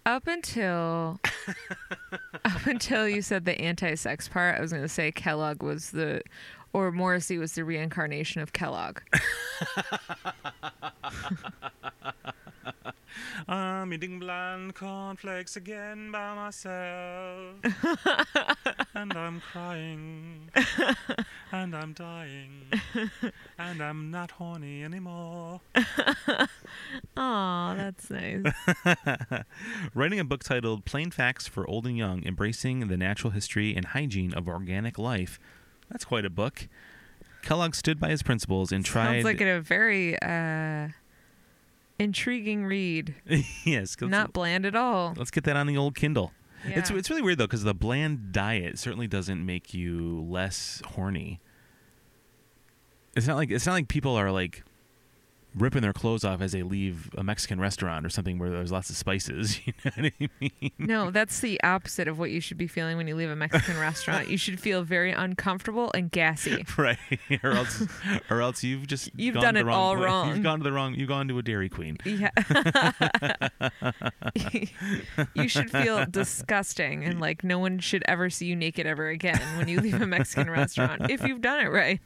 S2: Up until up until you said the anti-sex part, I was going to say Kellogg was the or Morrissey was the reincarnation of Kellogg.
S1: I'm eating bland cornflakes again by myself. and I'm crying. and I'm dying. And I'm not horny anymore.
S2: Oh, that's nice.
S1: Writing a book titled Plain Facts for Old and Young Embracing the Natural History and Hygiene of Organic Life. That's quite a book. Kellogg stood by his principles and tried.
S2: Sounds like a very uh intriguing read.
S1: yes, let's,
S2: Not bland at all.
S1: let's get that on the old Kindle. It's,
S2: Yeah.
S1: it's really weird, though, because the bland diet certainly doesn't make you less horny. It's not like it's not like people are like ripping their clothes off as they leave a Mexican restaurant or something where there's lots of spices. You know what I mean?
S2: No, that's the opposite of what you should be feeling when you leave a Mexican restaurant. You should feel very uncomfortable and gassy.
S1: right or else or else you've just
S2: You've
S1: gone
S2: done
S1: the
S2: it
S1: wrong
S2: all
S1: pla-
S2: wrong.
S1: you've gone to the wrong you've gone to a dairy queen
S2: Yeah. you should feel disgusting and like no one should ever see you naked ever again when you leave a Mexican restaurant if you've done it right.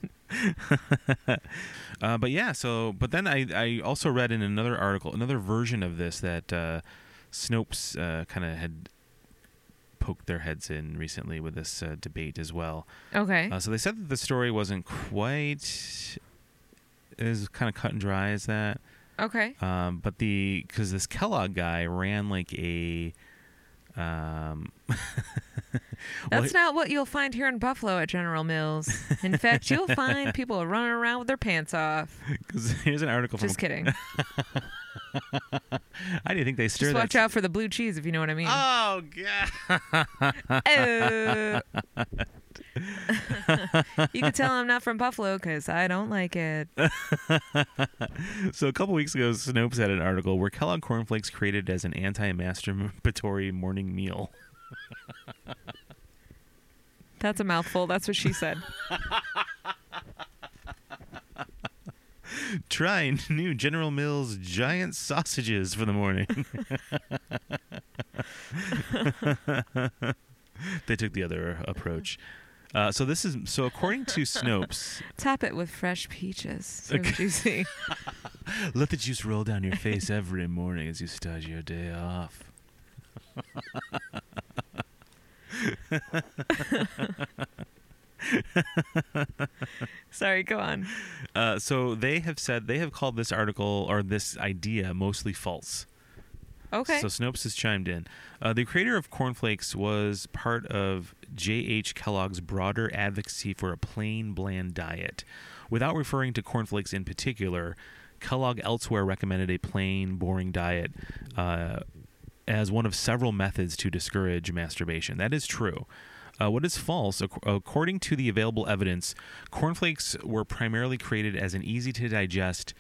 S1: uh, but yeah so but then i i also read in another article another version of this that uh snopes uh kind of had poked their heads in recently with this uh, debate as well
S2: Okay.
S1: Uh, so they said that the story wasn't quite as kind of cut and dry as that.
S2: Okay.
S1: Um, but the because this Kellogg guy ran like a um, well,
S2: That's not what you'll find here in Buffalo at General Mills. In fact, you'll find people running around with their pants off.
S1: 'cause here's an article from
S2: Just kidding.
S1: I didn't think they stir
S2: Just
S1: that. Ah.
S2: watch out for the blue cheese if you know what I mean.
S1: Oh god!
S2: Oh. You can tell I'm not from Buffalo because I don't like it.
S1: So a couple weeks ago, Snopes had an article where Kellogg cornflakes created as an anti-masturbatory morning meal.
S2: That's a mouthful. That's what she said.
S1: Try new General Mills giant sausages for the morning. they took the other approach. Uh, so this is so according to Snopes,
S2: Top it with fresh peaches. So juicy.
S1: let the juice roll down your face every morning as you start your day off.
S2: Sorry, go on.
S1: Uh, so they have said they have called this article or this idea mostly false.
S2: Okay.
S1: So Snopes has chimed in. Uh, the creator of cornflakes was part of J.H. Kellogg's broader advocacy for a plain, bland diet. Without referring to cornflakes in particular, Kellogg elsewhere recommended a plain, boring diet uh, as one of several methods to discourage masturbation. That is true. Uh, what is false, ac- according to the available evidence, cornflakes were primarily created as an easy to digest,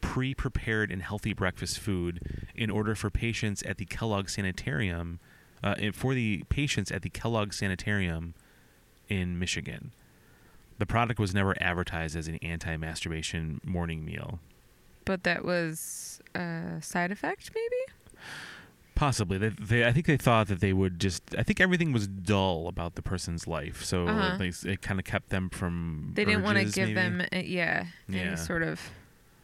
S1: pre prepared, and healthy breakfast food in order for patients at the Kellogg Sanitarium, uh, and for the patients at the Kellogg Sanitarium in Michigan. The product was never advertised as an anti masturbation morning meal.
S2: but that was a side effect, maybe?
S1: Possibly, they, they, I think they thought that they would just. I think everything was dull about the person's life, so
S2: Uh-huh.
S1: they, it kind of kept them from.
S2: They didn't want to
S1: urges,
S2: give
S1: maybe.
S2: them, uh, yeah,
S1: Yeah.
S2: any sort of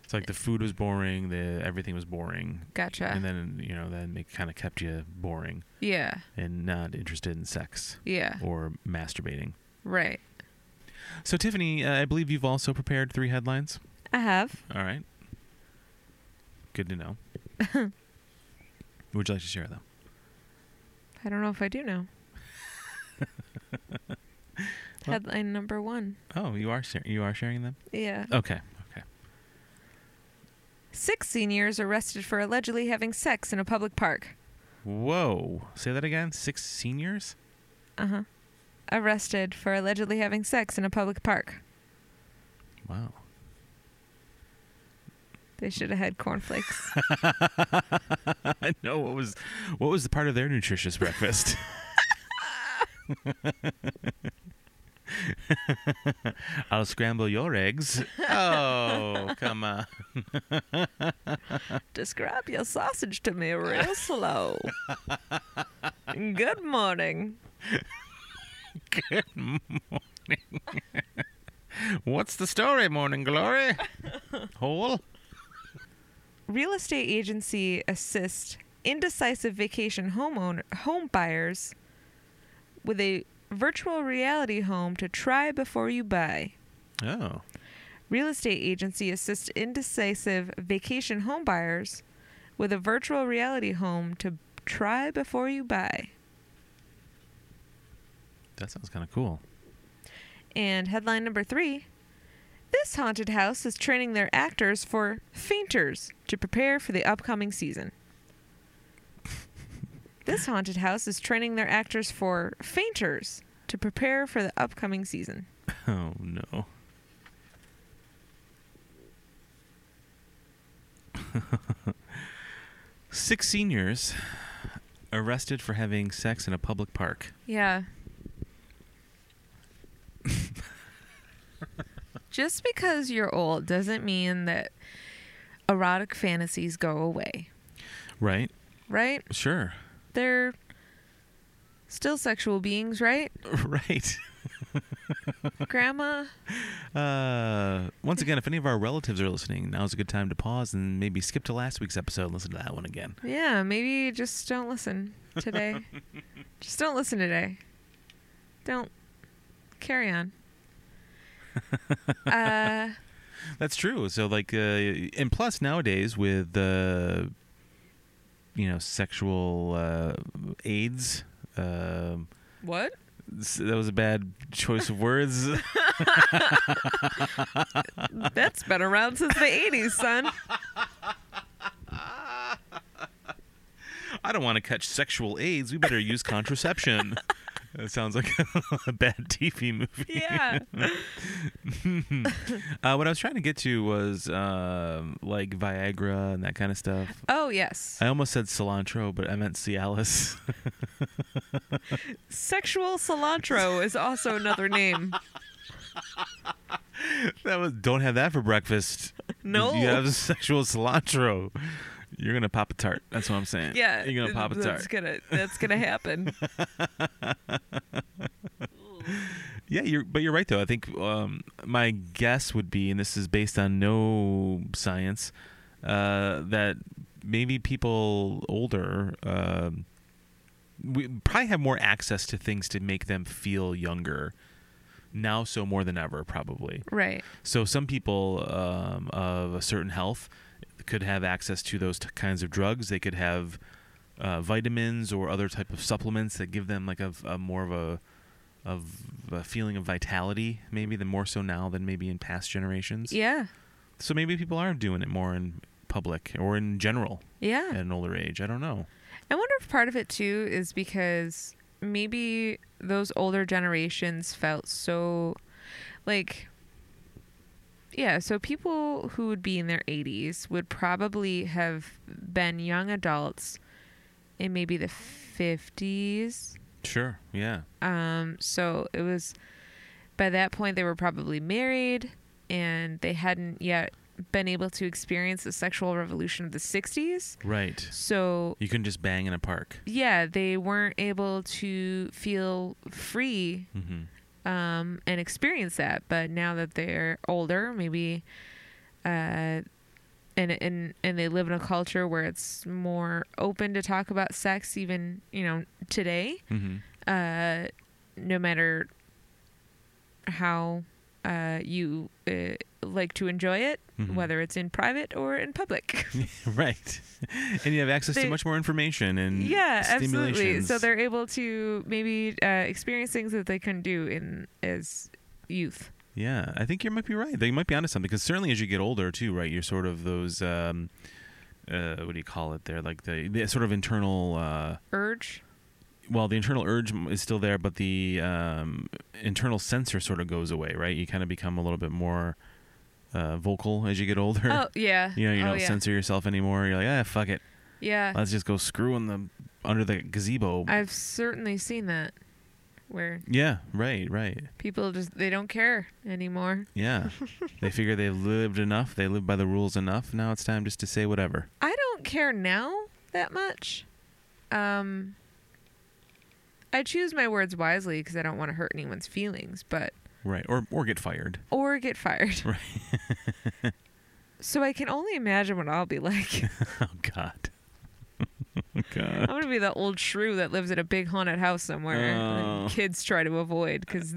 S1: It's like the food was boring, the everything was boring,
S2: gotcha.
S1: and then you know, then it kind of kept you boring
S2: yeah,
S1: and not interested in sex
S2: yeah,
S1: or masturbating.
S2: right.
S1: So, Tiffany, uh, I believe you've also prepared three headlines.
S2: I have.
S1: All right, good to know. would you like to share them?
S2: I don't know if I do know.
S1: Well-
S2: Headline number one.
S1: Oh, you are shar- you are sharing them.
S2: Yeah.
S1: Okay.
S2: Six seniors arrested for allegedly having sex in a public park.
S1: Whoa! Say that again. Six seniors.
S2: Uh huh. Arrested for allegedly having sex in a public park.
S1: Wow.
S2: They should have had cornflakes.
S1: I know what was what was the part of their nutritious breakfast. I'll scramble your eggs. Oh, come on.
S2: Describe your sausage to me real slow. Good morning.
S1: What's the story, Morning Glory? Hole?
S2: Real estate agency assist indecisive vacation homeowner home buyers with a virtual reality home to try before you buy.
S1: Oh.
S2: Real estate agency assists indecisive vacation home buyers with a virtual reality home to try before you buy.
S1: That sounds kind of cool.
S2: And headline number three This haunted house is training their actors for fainters to prepare for the upcoming season. this haunted house is training their actors for fainters to prepare for the upcoming season.
S1: Oh, no. Six seniors arrested for having sex in a public park.
S2: Yeah. Just because you're old doesn't mean that erotic fantasies go away,
S1: Right?
S2: right?
S1: Sure.
S2: They're still sexual beings, right?
S1: Right.
S2: Grandma?
S1: Uh, once again, if any of our relatives are listening, now's a good time to pause and maybe skip to last week's episode and listen to that one again.
S2: Yeah, maybe just don't listen today. just don't listen today. Don't carry on. uh,
S1: That's true. So, like, uh, and plus nowadays with the, you know, sexual uh, aids, um,
S2: what?
S1: s- that was a bad choice of words.
S2: That's been around since the 80s, son.
S1: I don't want to catch sexual aids. We better use contraception. That sounds like a bad TV movie.
S2: Yeah.
S1: Uh, what I was trying to get to was um, like Viagra and that kind of stuff.
S2: oh yes.
S1: I almost said cilantro, but I meant Cialis.
S2: Sexual cilantro is also another name.
S1: that was don't have that for breakfast.
S2: No.
S1: If you have sexual cilantro. You're gonna pop a tart. That's what I'm saying.
S2: Yeah.
S1: you're gonna pop a tart.
S2: That's gonna that's gonna happen.
S1: Yeah, you're, but you're right though. I think um, my guess would be, and this is based on no science, uh, that maybe people older um we probably have more access to things to make them feel younger now, so more than ever, probably.
S2: right.
S1: So some people um, of a certain health could have access to those t- kinds of drugs. They could have uh, vitamins or other type of supplements that give them like a, a more of a of a feeling of vitality, maybe than more so now than maybe in past generations.
S2: Yeah.
S1: So maybe people are doing it more in public or in general
S2: Yeah.
S1: at an older age. I don't know.
S2: I wonder if part of it too is because maybe those older generations felt so like yeah, so people who would be in their 80s would probably have been young adults in maybe the 50s.
S1: Sure. Yeah.
S2: Um, so it was by that point they were probably married and they hadn't yet been able to experience the sexual revolution of the 60s.
S1: Right.
S2: So
S1: You can just bang in a park.
S2: yeah, they weren't able to feel free
S1: hmm
S2: um, and experience that. But now that they're older, maybe, uh, and and and they live in a culture where it's more open to talk about sex, even you know today,
S1: hmm
S2: uh, no matter how uh, you uh, like to enjoy it,
S1: Mhm.
S2: whether it's in private or in public.
S1: right. and you have access to
S2: They-
S1: much more information and
S2: yeah absolutely so
S1: Mm, stimulations.
S2: they're able to maybe uh, experience things that they couldn't do in as youth
S1: Yeah, I think you might be right. They might be onto something because certainly as you get older too, right? You're sort of those um, uh, what do you call it there? Like the, the sort of internal uh,
S2: urge
S1: well, the internal urge m- is still there, but the um, internal sensor sort of goes away, right? You kind of become a little bit more uh, vocal as you get older.
S2: oh yeah
S1: You know, you
S2: oh,
S1: don't
S2: yeah.
S1: censor yourself anymore. You're like, ah, fuck it,
S2: yeah
S1: let's just go screw in the under the gazebo.
S2: i've certainly seen that where
S1: yeah, right, right.
S2: people just they don't care anymore
S1: Yeah, they figure they've lived enough. They live by the rules enough. Now it's time just to say whatever.
S2: i don't care now that much um i choose my words wisely because i don't want to hurt anyone's feelings but
S1: Right, or or get fired.
S2: or get fired
S1: Right.
S2: so i can only imagine what i'll be like
S1: Oh God. oh God.
S2: I'm gonna be the old shrew that lives in a big haunted house somewhere.
S1: Oh.
S2: that kids try to avoid because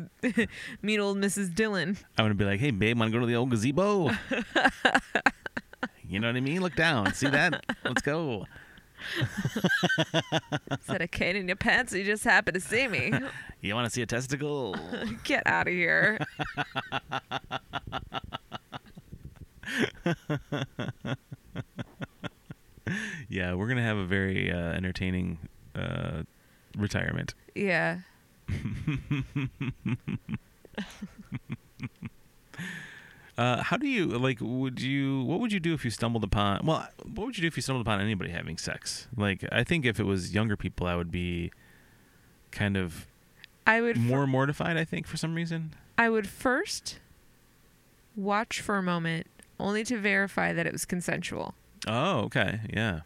S2: mean old Mrs. Dillon.
S1: I'm gonna be like, hey babe, wanna go to the old gazebo? you know what I mean? Look down. See that? Let's go.
S2: Is that a cane in your pants? You just happened to see me.
S1: You wanna see a testicle?
S2: Get out of here.
S1: yeah, we're gonna have a very uh, entertaining uh, retirement.
S2: Yeah.
S1: Uh, how do you like? Would you? What would you do if you stumbled upon? Well, what would you do if you stumbled upon anybody having sex? Like, I think if it was younger people, I would be kind of
S2: I would.
S1: more mortified. I think for some reason.
S2: I would first watch for a moment, only to verify that it was consensual,
S1: Oh, okay, yeah.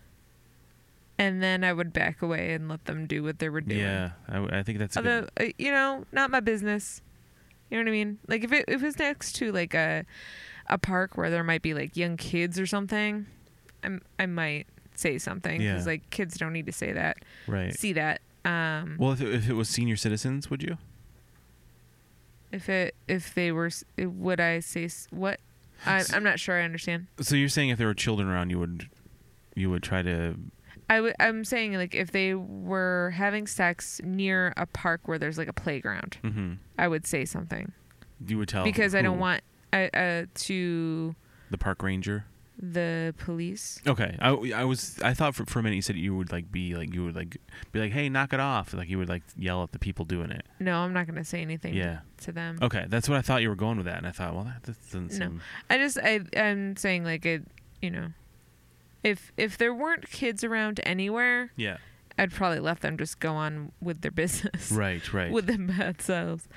S2: and then I would back away and let them do what they were doing.
S1: Yeah, I, w- I think that's a
S2: Although
S1: good.
S2: uh, you know, not my business. You know what I mean? Like if it if it's next to like a a park where there might be like young kids or something, I'm I might say something because
S1: Yeah. Eh.
S2: like kids don't need to say that,
S1: Right.
S2: see that. Um,
S1: Well, if it, if it was senior citizens, would you?
S2: if it if they were s- would I say s- what? I, I'm not sure. I understand.
S1: So you're saying if there were children around, you would you would try to
S2: I would. I'm saying like if they were having sex near a park where there's like a playground,
S1: mm-hmm,
S2: I would say something
S1: you would tell
S2: because I don't
S1: who?
S2: want I, uh, to
S1: the park ranger.
S2: the police.
S1: Okay, I, I was I thought for, for a minute you said you would like be like you would like be like hey knock it off like you would like yell at the people doing it.
S2: No, I'm not going to say anything
S1: Yeah.
S2: to them.
S1: Okay, that's what I thought you were going with that, and I thought well that, that doesn't
S2: No.
S1: seem
S2: I just I I'm saying like it, you know, if if there weren't kids around anywhere,
S1: yeah
S2: I'd probably let them just go on with their business.
S1: right right
S2: With them by themselves,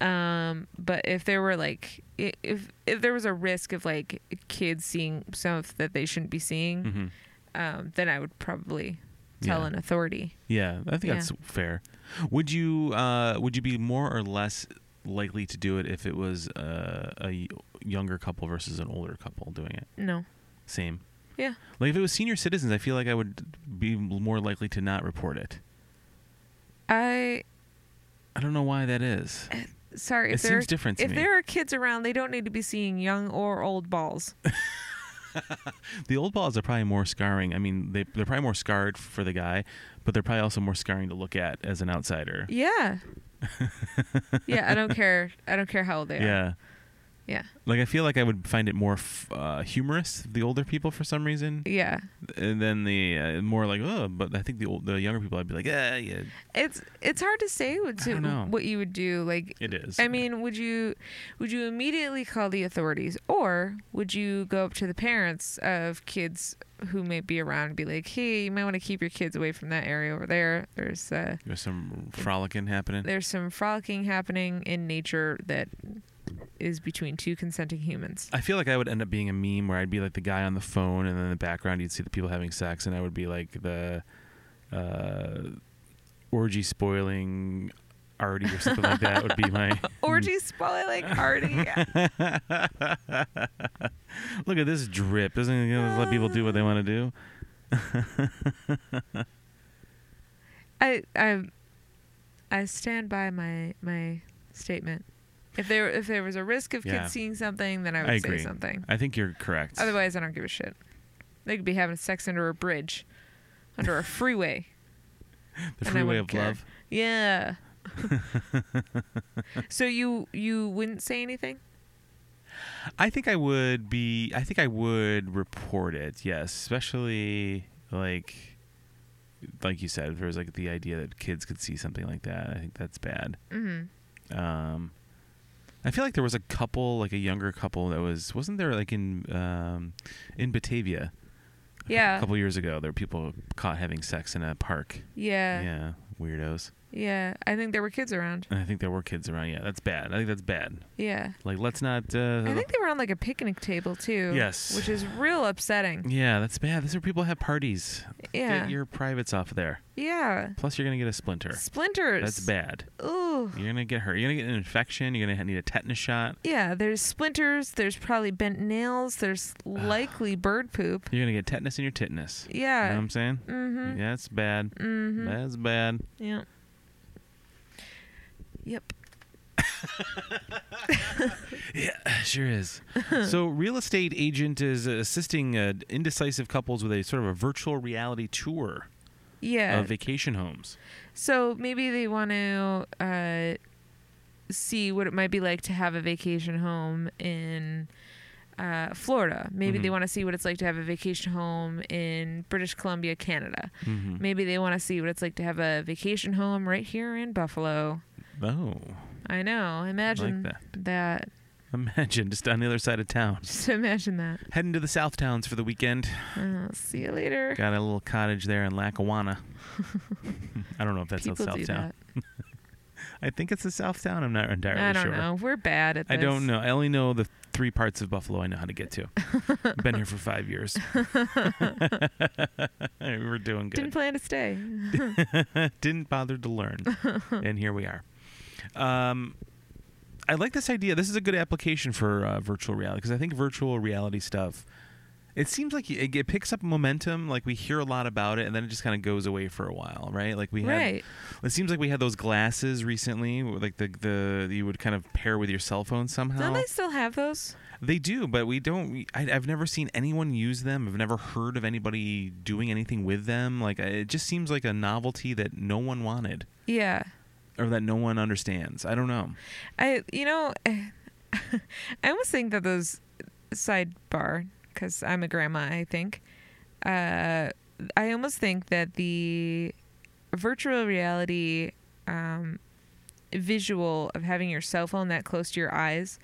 S2: um, but if there were like i- if if there was a risk of like kids seeing stuff that they shouldn't be seeing,
S1: Mhm.
S2: um, then I would probably tell
S1: Yeah.
S2: an authority.
S1: Yeah, I think
S2: Yeah.
S1: that's fair. Would you uh, would you be more or less likely to do it if it was uh, a y- younger couple versus an older couple doing it?
S2: No,
S1: Same.
S2: Yeah.
S1: Like if it was senior citizens, I feel like I would be more likely to not report it.
S2: I
S1: I don't know why that is.
S2: sorry.
S1: it
S2: If there
S1: seems different to
S2: if
S1: me.
S2: there are kids around, they don't need to be seeing young or old balls.
S1: The old balls are probably more scarring. I mean, they they're probably more scarred for the guy, but they're probably also more scarring to look at as an outsider.
S2: Yeah. yeah, I don't care. I don't care how old they are.
S1: yeah.
S2: Yeah.
S1: Like I feel like I would find it more f- uh, humorous the older people for some reason.
S2: Yeah.
S1: and then the uh, more like oh but i think the old, the younger people i'd be like yeah yeah
S2: It's it's hard to say what,
S1: I don't know.
S2: to, what you would do. Like
S1: it is
S2: I mean, would you would you immediately call the authorities or would you go up to the parents of kids who may be around and be like, "Hey, you might want to keep your kids away from that area over there. There's uh
S1: there's some frolicking happening
S2: there's some frolicking happening in nature that is between two consenting humans."
S1: i feel like i would end up being a meme where i'd be like the guy on the phone and then in the background you'd see the people having sex and i would be like the uh orgy spoiling arty or something like that would be my
S2: Orgy spoiling already.
S1: look at this drip isn't it gonna let people do what they want to do
S2: I I I stand by my my statement. If there if there was a risk of kids
S1: Yeah.
S2: seeing something, then I would
S1: I
S2: say
S1: agree.
S2: something.
S1: i think you're correct
S2: Otherwise, I don't give a shit. They could be having sex under a bridge, under a freeway.
S1: the
S2: and I
S1: freeway
S2: wouldn't
S1: of
S2: care.
S1: love
S2: Yeah. so you you wouldn't say anything?
S1: I think I would be. I think I would report it. Yes, especially like, like you said, if there was like the idea that kids could see something like that. I think that's bad.
S2: hmm
S1: Um, I feel like there was a couple, like a younger couple, that was wasn't there like in um, in Batavia. a cou-
S2: Yeah.
S1: A couple years ago, there were people caught having sex in a park.
S2: yeah. Yeah.
S1: yeah, weirdos.
S2: I think there were kids around.
S1: And I think there were kids around. Yeah, that's bad. I think that's bad.
S2: Yeah.
S1: Like, let's not. Uh,
S2: I think they were on like a picnic table too.
S1: Yes.
S2: Which is real upsetting.
S1: yeah, that's bad. That's where people have parties.
S2: Yeah.
S1: Get your privates off of there.
S2: yeah.
S1: Plus, you're gonna get a splinter.
S2: Splinters.
S1: That's bad.
S2: Ooh.
S1: You're gonna get hurt. You're gonna get an infection. You're gonna ha- need a tetanus shot.
S2: Yeah, there's splinters, there's probably bent nails, there's
S1: Ah.
S2: likely bird poop.
S1: You're gonna get tetanus in your tetanus. You know what
S2: Yeah.
S1: I'm saying?
S2: mm-hmm.
S1: Yeah, that's bad.
S2: Mm-hmm.
S1: That's bad.
S2: Yeah. Yep.
S1: Sure is. so, real estate agent is uh, assisting uh, indecisive couples with a sort of a virtual reality tour
S2: Yeah.
S1: of vacation homes.
S2: so maybe they want to uh, see what it might be like to have a vacation home in uh, Florida. Maybe they
S1: Mhm.
S2: want to see what it's like to have a vacation home in British Columbia, Canada.
S1: Mm-hmm.
S2: Maybe they want to see what it's like to have a vacation home right here in Buffalo.
S1: Oh,
S2: I know. Imagine
S1: that.
S2: that.
S1: imagine just on the other side of town,
S2: Just imagine that.
S1: heading to the South Towns for the weekend.
S2: Uh, see you later.
S1: Got a little cottage there in Lackawanna. I don't know if that's
S2: People
S1: a South
S2: do
S1: Town.
S2: that.
S1: I think it's the South Town. I'm not entirely
S2: I don't
S1: sure.
S2: know. We're bad at this.
S1: I don't know. I only know the three parts of Buffalo I know how to get to. I've been here for five years. We're doing
S2: Didn't
S1: good.
S2: plan to stay.
S1: Didn't, bother to learn, and here we are. Um, I like this idea. This is a good application for uh, virtual reality because I think virtual reality stuff. It seems like it, it picks up momentum. Like we hear a lot about it, and then it just kind of goes away for a while, right? Like we had
S2: right.
S1: it seems like we had those glasses recently, like the the you would kind of pair with your cell phone somehow.
S2: Don't they still have those?
S1: They do, but we don't. we- I, I've never seen anyone use them. I've never heard of anybody doing anything with them. Like I- it just seems like a novelty that no one wanted
S2: Yeah.
S1: or that no one understands. I don't know.
S2: I you know I almost think that those sidebar because I'm a grandma, I think. Uh, I almost think that the virtual reality um, visual of having your cell phone that close to your eyes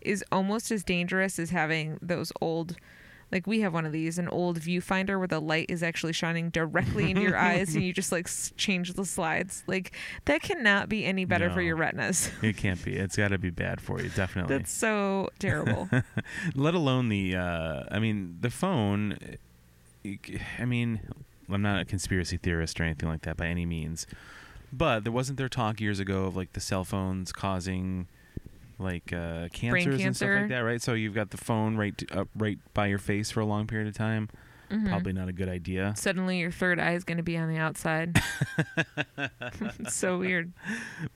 S2: is almost as dangerous as having those old. Like we have one of these, an old viewfinder where the light is actually shining directly into your eyes, and you just like s- change the slides. Like that cannot be any better for
S1: No.
S2: your retinas.
S1: It can't be. It's got to be bad for you, definitely.
S2: That's so terrible.
S1: Let alone the. Uh, I mean, the phone. eh, I mean, I'm not a conspiracy theorist or anything like that by any means, but there wasn't there talk years ago of like the cell phones causing like uh, cancers and stuff
S2: cancer.
S1: like that, right? So you've got the phone right t- up right by your face for a long period of time.
S2: Mhm.
S1: Probably not a good idea.
S2: Suddenly, your third eye is going to be on the outside. it's so weird.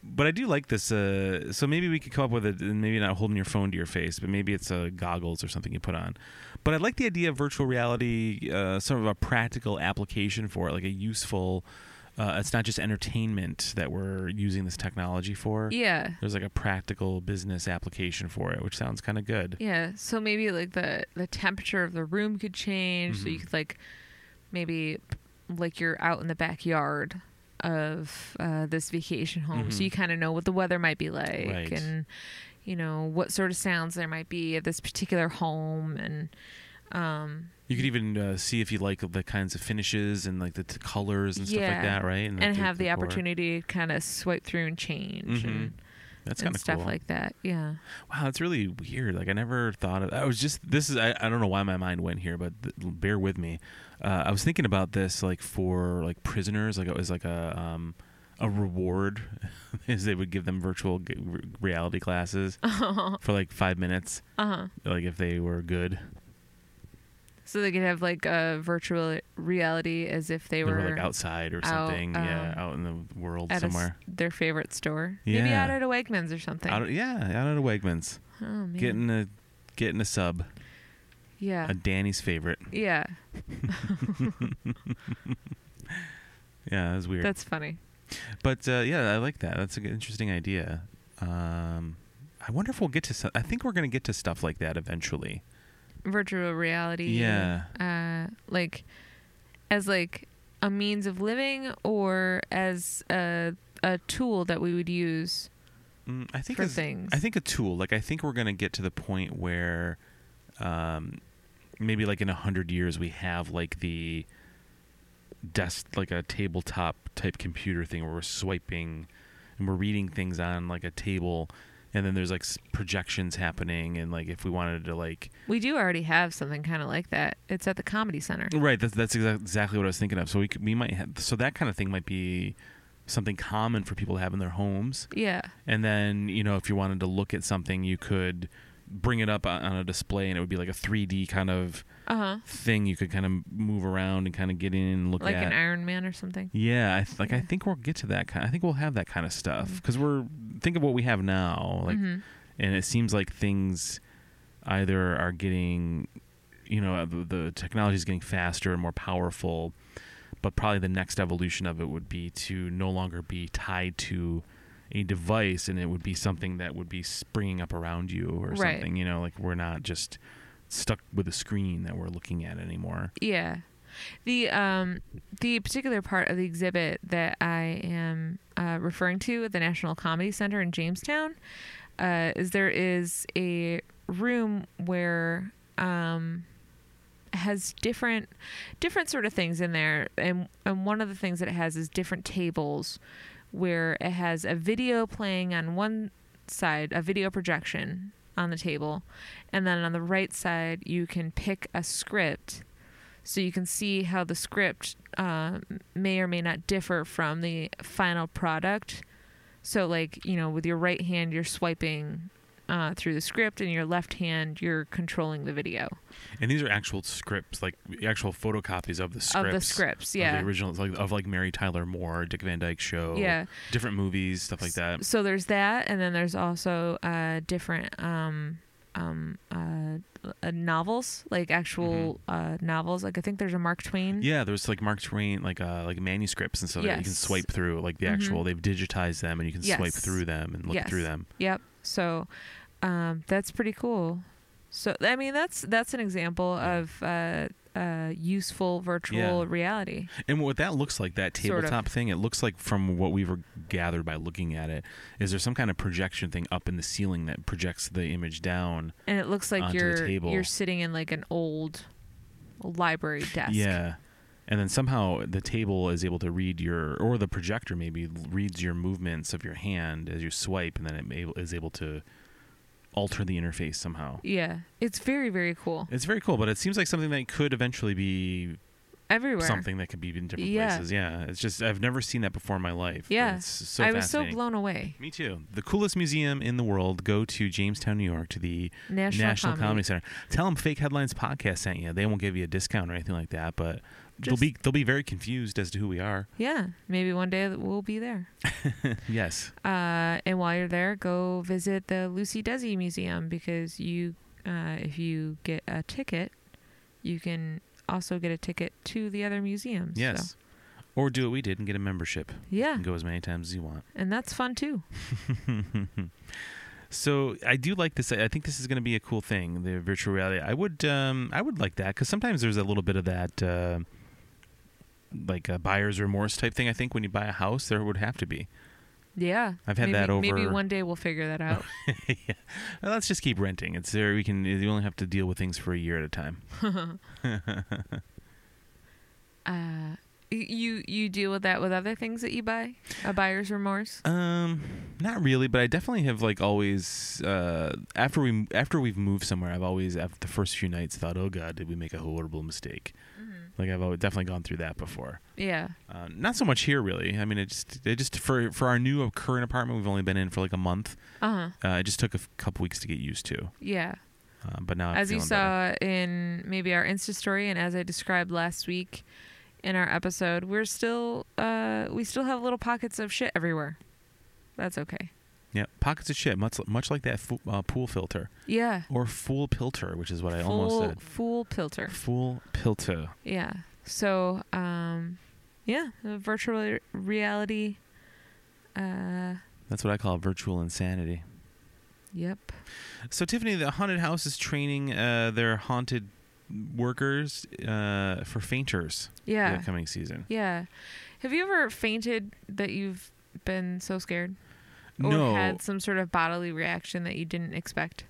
S1: But I do like this. Uh, so maybe we could come up with it, and maybe not holding your phone to your face, but maybe it's uh, goggles or something you put on. But I like the idea of virtual reality, uh, sort of a practical application for it, like a useful. Uh, it's not just entertainment that we're using this technology for.
S2: Yeah.
S1: There's like a practical business application for it, which sounds kind of good.
S2: Yeah. So maybe like the the temperature of the room could change. So you
S1: Mhm.
S2: could like maybe like you're out in the backyard of uh, this vacation home, so
S1: Mhm.
S2: you kind of know what the weather might be like
S1: Right.
S2: and you know what sort of sounds there might be at this particular home and um
S1: You could even uh, see if you like the kinds of finishes and like the t- colors and stuff
S2: Yeah.
S1: like that, right? like,
S2: and have the
S1: decor.
S2: opportunity to kind of swipe through and change
S1: Mhm.
S2: and,
S1: That's kind
S2: and
S1: of
S2: stuff
S1: cool.
S2: like that. Yeah.
S1: Wow, that's really weird. Like I never thought of. I was just this is. I, I don't know why my mind went here, but th- bear with me. Uh, I was thinking about this like for like prisoners. Like it was like a um a reward is they would give them virtual g- r- reality classes
S2: Uh-huh.
S1: for like five minutes.
S2: Uh huh.
S1: Like if they were good,
S2: So they could have like a virtual reality as if they,
S1: they
S2: were,
S1: were, like outside or
S2: out,
S1: something. yeah,
S2: um,
S1: out in the world
S2: at a s-
S1: somewhere.
S2: their favorite store. Maybe
S1: Yeah.
S2: out at a Wegmans or something.
S1: Out, yeah, out at a Wegmans,
S2: oh, man.
S1: getting a getting a sub,
S2: yeah.
S1: a Danny's favorite.
S2: yeah.
S1: Yeah, that was weird.
S2: That's funny.
S1: But uh, yeah, I like that. That's an interesting idea. Um, I wonder if we'll get to. so- I think we're going to get to stuff like that eventually.
S2: Virtual reality.
S1: Yeah.
S2: Uh, like as like a means of living or as a a tool that we would use
S1: Mm, I think.
S2: for
S1: as-
S2: things.
S1: I think a tool. Like I think we're going to get to the point where, um, maybe like in a hundred years we have like the desk, like a tabletop type computer thing where we're swiping and we're reading things on like a table, and then there's like s- projections happening, and like if we wanted to like
S2: we do already have something kind of like that. It's at the comedy center.
S1: Right. That's that's exa- exactly what I was thinking of. So we could, we might have, so that kind of thing might be something common for people to have in their homes.
S2: Yeah.
S1: And then you know if you wanted to look at something, you could bring it up on on a display, and it would be like a 3D kind of
S2: Uh-huh.
S1: thing. You could kind of move around and kind of get in and look
S2: Like
S1: at.
S2: an Iron Man or something.
S1: yeah, I th- like I
S2: Yeah. Mm-hmm.
S1: think we'll get to that kind. I think we'll have that kind of stuff because we're think of what we have now, like,
S2: Mhm.
S1: and it seems like things either are getting you know the, the technology is getting faster and more powerful but probably the next evolution of it would be to no longer be tied to a device and it would be something that would be springing up around you or
S2: Right.
S1: something you know like we're not just stuck with a screen that we're looking at anymore
S2: Yeah. The um the particular part of the exhibit that I am uh, referring to at the National Comedy Center in Jamestown uh, is there is a room where um has different different sort of things in there and and one of the things that it has is different tables where it has a video playing on one side a video projection on the table and then on the right side you can pick a script so you can see how the script uh, may or may not differ from the final product. So, like, you know, with your right hand, you're swiping uh, through the script, and your left hand, you're controlling the video
S1: and these are actual scripts like actual photocopies of the scripts
S2: of the scripts.
S1: of
S2: Yeah.
S1: the originals like of like mary tyler moore dick van dyke show
S2: Yeah.
S1: different movies stuff like that
S2: So there's that, and then there's also uh, different um, um, uh, uh, novels, like actual uh, novels. Like, I think there's a Mark Twain.
S1: Yeah, there's like Mark Twain, like uh, like manuscripts and stuff that you can
S2: Mm-hmm. Yes.
S1: swipe through. Like the
S2: Mhm.
S1: actual, they've digitized them, and you can swipe
S2: Yes.
S1: through them and look
S2: Yes.
S1: through them.
S2: Yep. So um, that's pretty cool. So I mean that's that's an example
S1: Yeah.
S2: of uh, uh, useful virtual reality.
S1: And what that looks like, that
S2: Sort of.
S1: tabletop thing, it looks like from what we were gathered by looking at it, is there some kind of projection thing up in the ceiling that projects the image down?
S2: And it looks like
S1: Onto the
S2: you're
S1: table.
S2: you're sitting in like an old library desk.
S1: Yeah. And then somehow the table is able to read your, or the projector maybe reads your movements of your hand as you swipe, and then it may, is able to alter the interface somehow.
S2: Yeah. It's very very cool.
S1: It's very cool, but it seems like something that could eventually be
S2: Everywhere.
S1: something that could be in different
S2: Yeah.
S1: places. Yeah, it's just I've never seen that before in my life. but
S2: Yeah.
S1: it's so
S2: I was so
S1: fascinating.
S2: blown away.
S1: Me too. The coolest museum in the world. Go to Jamestown, New York, to the
S2: National,
S1: National, Comedy. Center. Tell them Fake Headlines Podcast sent you. They won't give you a discount or anything like that, but they'll
S2: Just-
S1: be they'll be very confused as to who we are.
S2: Yeah. Maybe one day we'll be there.
S1: Yes.
S2: Uh, and while you're there, go visit the Lucy Desi Museum because you, uh, if you get a ticket, you can also get a ticket to the other museums. so-
S1: Yes. Or do what we did and get a membership.
S2: yeah,
S1: And go as many times as you want.
S2: and that's fun too.
S1: so I do like this. I think this is going to be a cool thing, the virtual reality. I would, um, I would like that because sometimes there's a little bit of that, uh, like a buyer's remorse type thing. I think when you buy a house, there would have to be.
S2: Yeah,
S1: I've had
S2: maybe,
S1: that
S2: Maybe
S1: over-
S2: one day we'll figure that out.
S1: yeah. Well, let's just keep renting. It's there. We can. You only have to deal with things for a year at a time.
S2: uh, y- you you deal with that with other things that you buy, a buyer's remorse.
S1: Um, not really, but I definitely have like always. Uh, after we after we've moved somewhere, I've always after the first few nights thought, oh god, did we make a horrible mistake? Like I've always, definitely gone through that before.
S2: Yeah,
S1: Uh, not so much here, really. I mean, it just it just for for our new current apartment, we've only been in for like a month.
S2: uh huh,
S1: Uh, it just took a f- couple weeks to get used to,
S2: yeah.
S1: uh, but now I'm
S2: as you
S1: feeling better.
S2: saw in maybe our Insta story, and as I described last week in our episode, we're still uh, we still have little pockets of shit everywhere. That's okay.
S1: Yeah, pockets of shit, much much like that fo- uh, pool filter
S2: Yeah.
S1: or fool pilter, which is what I almost
S2: Fool,
S1: said.
S2: fool pilter.
S1: Fool pilter.
S2: Yeah. So, um, yeah, uh, virtual reality. Uh,
S1: That's what I call virtual insanity.
S2: yep.
S1: So Tiffany, the haunted house is training uh, their haunted workers uh, for fainters for
S2: Yeah.
S1: the coming season.
S2: Yeah. Have you ever fainted that you've been so scared or
S1: no.
S2: had some sort of bodily reaction that you didn't expect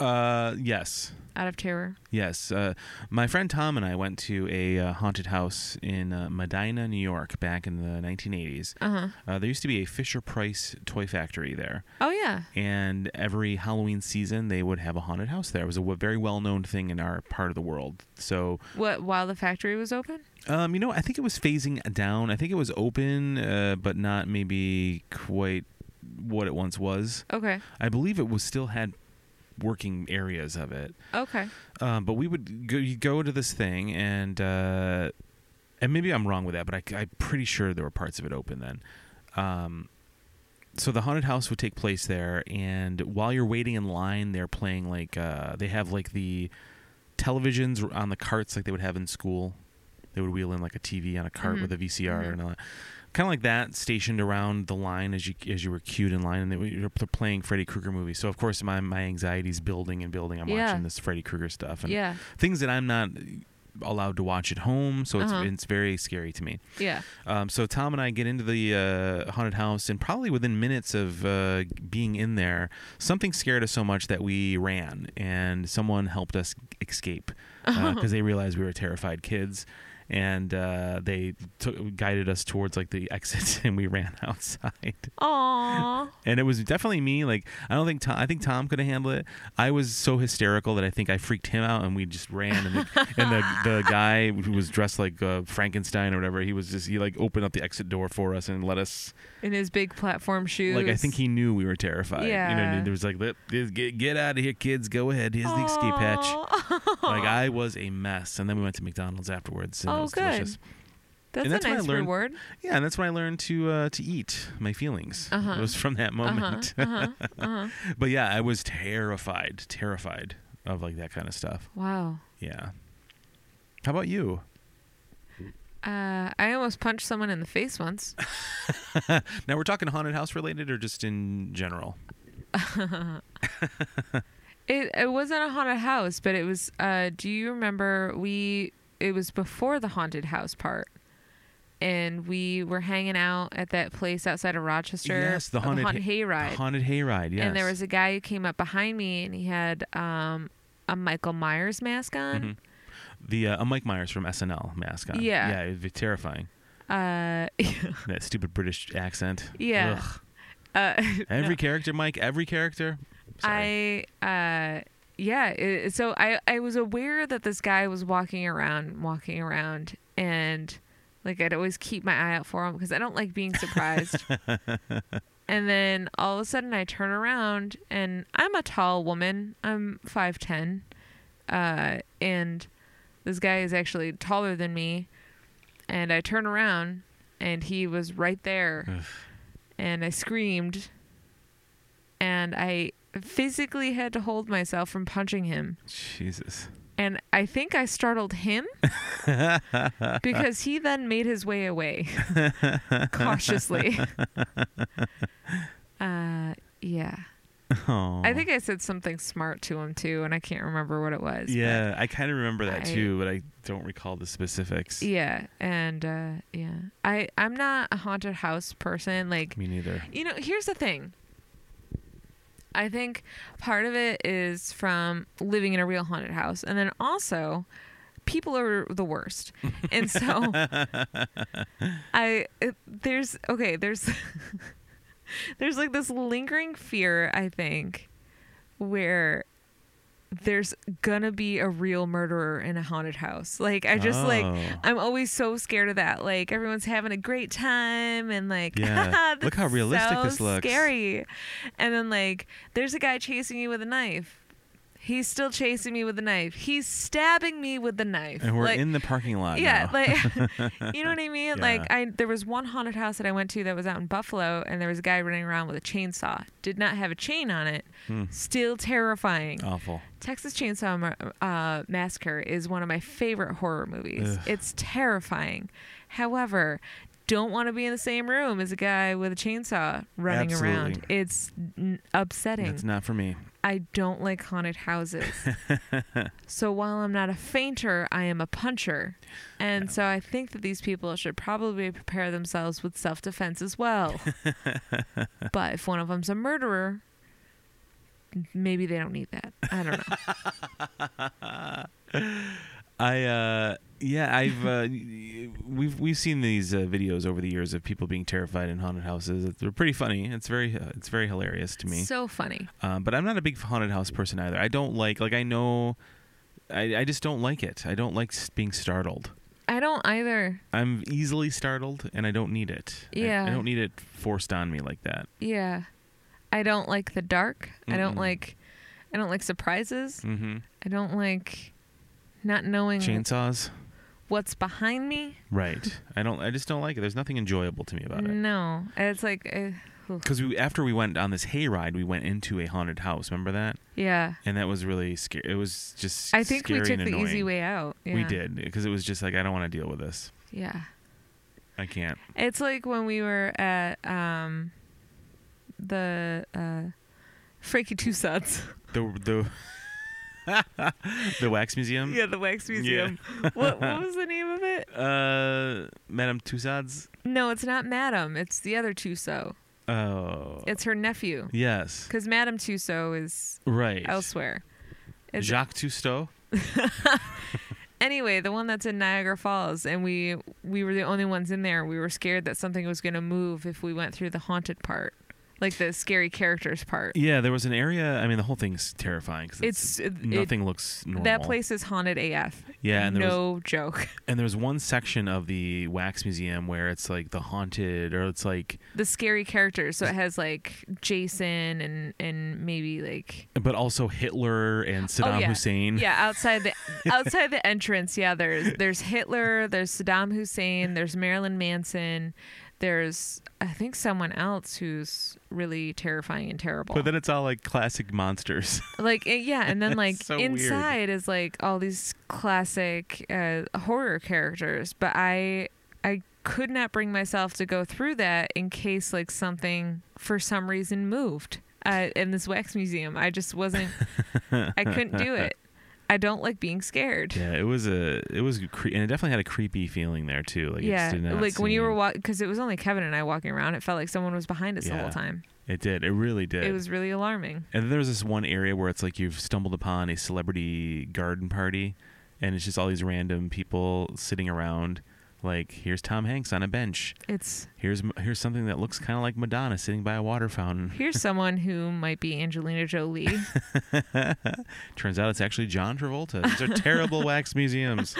S1: uh, yes.
S2: out of terror?
S1: Yes, uh, my friend Tom and I went to a uh, haunted house in uh, Medina, New York, back in the 1980s.
S2: Uh huh.
S1: Uh, there used to be a Fisher Price toy factory there,
S2: Oh yeah.
S1: and every Halloween season they would have a haunted house there. It was a w- very well known thing in our part of the world. So,
S2: What while the factory was open?
S1: um, you know, I think it was phasing down. I think it was open, uh, but not maybe quite what it once was.
S2: Okay.
S1: I believe it was still had working areas of it.
S2: Okay.
S1: Um, but we would go, you go to this thing, and uh, and maybe I'm wrong with that, but I, am pretty sure there were parts of it open then. Um, so the haunted house would take place there, and while you're waiting in line, they're playing like uh, they have like the televisions on the carts like they would have in school. They would wheel in like a TV on a cart
S2: Mhm.
S1: with a VCR
S2: Mhm.
S1: and all that. Kind of like that, stationed around the line as you as you were queued in line, and they were they're playing Freddy Krueger movies. So of course my my anxiety's building and building. I'm
S2: Yeah.
S1: watching this Freddy Krueger stuff, and
S2: Yeah.
S1: things that I'm not allowed to watch at home, so it's
S2: Uh-huh.
S1: it's very scary to me.
S2: Yeah.
S1: Um, so Tom and I get into the uh, haunted house, and probably within minutes of uh, being in there, something scared us so much that we ran, and someone helped us escape
S2: Uh-huh.
S1: because they realized we were terrified kids. And uh, they took, guided us towards like the exit, and we ran outside
S2: Aww.
S1: and it was definitely me. Like I don't think Tom, I think Tom could have handled it. I was so hysterical that I think I freaked him out, and we just ran. And the, and the, the guy who was dressed like uh, Frankenstein or whatever, he was just he like opened up the exit door for us and let us.
S2: In his big platform shoes.
S1: Like I think he knew we were terrified. You know,
S2: Yeah.
S1: and there was like, "Let- get get out of here, kids. Go ahead. Here's the escape hatch.
S2: Aw.
S1: Like I was a mess, and then we went to McDonald's afterwards. And it
S2: Oh,
S1: was
S2: good.
S1: delicious.
S2: That's,
S1: that's
S2: a
S1: when I
S2: nice
S1: learned-
S2: reward.
S1: Yeah, and that's when I learned to uh, to eat my feelings.
S2: Uh-huh.
S1: It was from that moment.
S2: Uh-huh. Uh-huh. Uh-huh.
S1: But yeah, I was terrified, terrified of like that kind of stuff.
S2: Wow.
S1: Yeah. How about you?
S2: Uh, I almost punched someone in the face once.
S1: Now we're talking haunted house related or just in general?
S2: It it wasn't a haunted house, but it was. Uh, do you remember we? It was before the haunted house part, and we were hanging out at that place outside of Rochester.
S1: Yes, the
S2: uh,
S1: haunted, hay-
S2: hayride.
S1: the haunted hayride. Yes,
S2: And there was a guy who came up behind me, and he had um, a Michael Myers mask on.
S1: Mhm. the uh, a Mike Myers from SNL mask on.
S2: Yeah.
S1: yeah, it'd be terrifying.
S2: Uh,
S1: That stupid British accent.
S2: yeah.
S1: Mm-hmm. Ugh.
S2: Uh,
S1: Every character, Mike. Every character. Sorry.
S2: I uh yeah, it, so I I was aware that this guy was walking around, walking around and like I'd always keep my eye out for him because I don't like being surprised. and then all of a sudden I turn around and I'm a tall woman. I'm 5'10. Uh and this guy is actually taller than me. And I turn around and he was right there
S1: Ugh.
S2: and I screamed, and I physically had to hold myself from punching him.
S1: Jesus.
S2: And I think I startled him because he then made his way away cautiously. uh, yeah.
S1: Oh.
S2: I think I said something smart to him too, and I can't remember what it was. but-
S1: Yeah, I kind of remember that
S2: I-
S1: too, but I don't recall the specifics.
S2: Yeah. And uh, yeah. I, I'm not a haunted house person. Like,
S1: Me neither.
S2: You know, here's the thing. I think part of it is from living in a real haunted house, and then also people are the worst. And so I it- there's okay, there's there's like this lingering fear, I think, where there's gonna be a real murderer in a haunted house. Like I just like
S1: Oh.
S2: I'm always so scared of that. Like everyone's having a great time and like
S1: Yeah.
S2: this
S1: Look how
S2: is
S1: realistic
S2: so
S1: this looks.
S2: Scary. And then like there's a guy chasing you with a knife. He's still chasing me with a knife. He's stabbing me with the knife.
S1: And we're
S2: like,
S1: in the parking lot.
S2: yeah,
S1: now.
S2: like you know what I mean?
S1: Yeah.
S2: Like I there was one haunted house that I went to that was out in Buffalo and there was a guy running around with a chainsaw. Did not have a chain on it.
S1: Hmm.
S2: Still terrifying.
S1: Awful.
S2: Texas Chainsaw Ma- uh, Massacre is one of my favorite horror
S1: Ugh.
S2: movies. It's terrifying. However, don't want to be in the same room as a guy with a chainsaw running around.
S1: Absolutely.
S2: It's n- upsetting.
S1: That's not for me.
S2: I don't like haunted houses. so while I'm not a fainter, I am a puncher. And so I think that these people should probably prepare themselves with self defense as well. but if one of them's a murderer, maybe they don't need that. I don't know.
S1: I uh yeah, I've uh, we've we've seen these uh, videos over the years of people being terrified in haunted houses. They're pretty funny. It's very uh, it's very hilarious to me.
S2: So funny.
S1: Um, but I'm not a big haunted house person either. I don't like like I know I I just don't like it. I don't like s- being startled.
S2: I don't either.
S1: I'm easily startled and I don't need it. I-
S2: Yeah.
S1: I, don't need it forced on me like that.
S2: Yeah. I don't like the dark. I don't
S1: Mm-mm.
S2: like I don't like surprises.
S1: Mhm.
S2: I don't like not knowing
S1: Chainsaws?
S2: what's behind me.
S1: Right. I don't I just don't like it. There's nothing enjoyable to me about it.
S2: No. It's like uh, ugh.
S1: Cuz we after we went on this hayride, we went into a haunted house. Remember that?
S2: yeah.
S1: And that was really scary. It was just
S2: I think we
S1: scary
S2: took
S1: and
S2: the easy
S1: annoying.
S2: way out. Yeah.
S1: We did because it was just like I don't want to deal with this.
S2: Yeah.
S1: I can't.
S2: It's like when we were at um the uh Frankie Toussaint's.
S1: The the the wax museum.
S2: yeah, the wax museum. what what was the name of it?
S1: Uh, Madame Tussauds.
S2: No, it's not Madame. It's the other Tussaud.
S1: Oh.
S2: It's her nephew.
S1: yes.
S2: Because Madame Tussaud is
S1: Right.
S2: elsewhere. It's-
S1: Jacques Cousteau.
S2: anyway, the one that's in Niagara Falls, and we we were the only ones in there. We were scared that something was going to move if we went through the haunted part, like the scary characters part.
S1: Yeah, there was an area. I mean, the whole thing's terrifying because
S2: It's- uh,
S1: it's,
S2: it-
S1: nothing looks normal.
S2: That place is haunted AF.
S1: Yeah, and there was
S2: no joke.
S1: and there was one section of the wax museum where it's like the haunted, or it's like,
S2: The scary characters. So it has like Jason and and maybe like
S1: but also Hitler and Saddam
S2: Oh, yeah.
S1: Hussein.
S2: yeah outside the outside the entrance. Yeah, there's there's Hitler, there's Saddam Hussein, there's Marilyn Manson, there's I think someone else who's really terrifying and terrible.
S1: But then it's all like classic monsters.
S2: like it- yeah and then like
S1: so weird.
S2: inside is like all these classic uh, horror characters but i i could not bring myself to go through that in case like something for some reason moved uh, in this wax museum. I just wasn't. I couldn't do it. I don't like being scared.
S1: Yeah, it was a it was cre- and it definitely had a creepy feeling there too. Like it just
S2: Yeah,
S1: did not
S2: like when you
S1: seem-
S2: were walking, because it was only Kevin and I walking around. It felt like someone was behind us the
S1: Yeah.
S2: whole time.
S1: it did it really did.
S2: It was really alarming.
S1: and then there was this one area where it's like you've stumbled upon a celebrity garden party, and it's just all these random people sitting around. Like here's Tom Hanks on a bench.
S2: It's
S1: Here's M- here's something that looks kind of like Madonna sitting by a water fountain.
S2: here's someone who might be Angelina Jolie.
S1: Turns out it's actually John Travolta. These are terrible wax museums.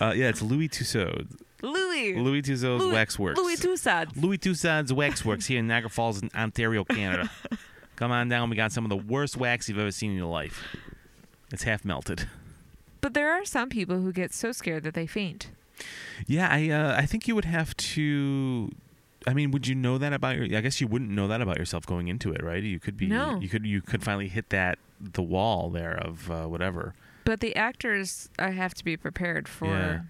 S1: Uh, yeah, it's Louis Tussaud.
S2: Louis.
S1: Louis Tussaud's
S2: Louis-
S1: Waxworks.
S2: Louis Toussaint.
S1: Louis Toussaint's Waxworks here in Niagara Falls, in Ontario, Canada. Come on down. We got some of the worst wax you've ever seen in your life. It's half melted.
S2: But there are some people who get so scared that they faint.
S1: Yeah, I uh, I think you would have to. I mean, would you know that about your? I guess you wouldn't know that about yourself going into it, right? You could be.
S2: No.
S1: You could you could finally hit that the wall there of uh, whatever.
S2: But the actors uh, have to be prepared for
S1: Yeah.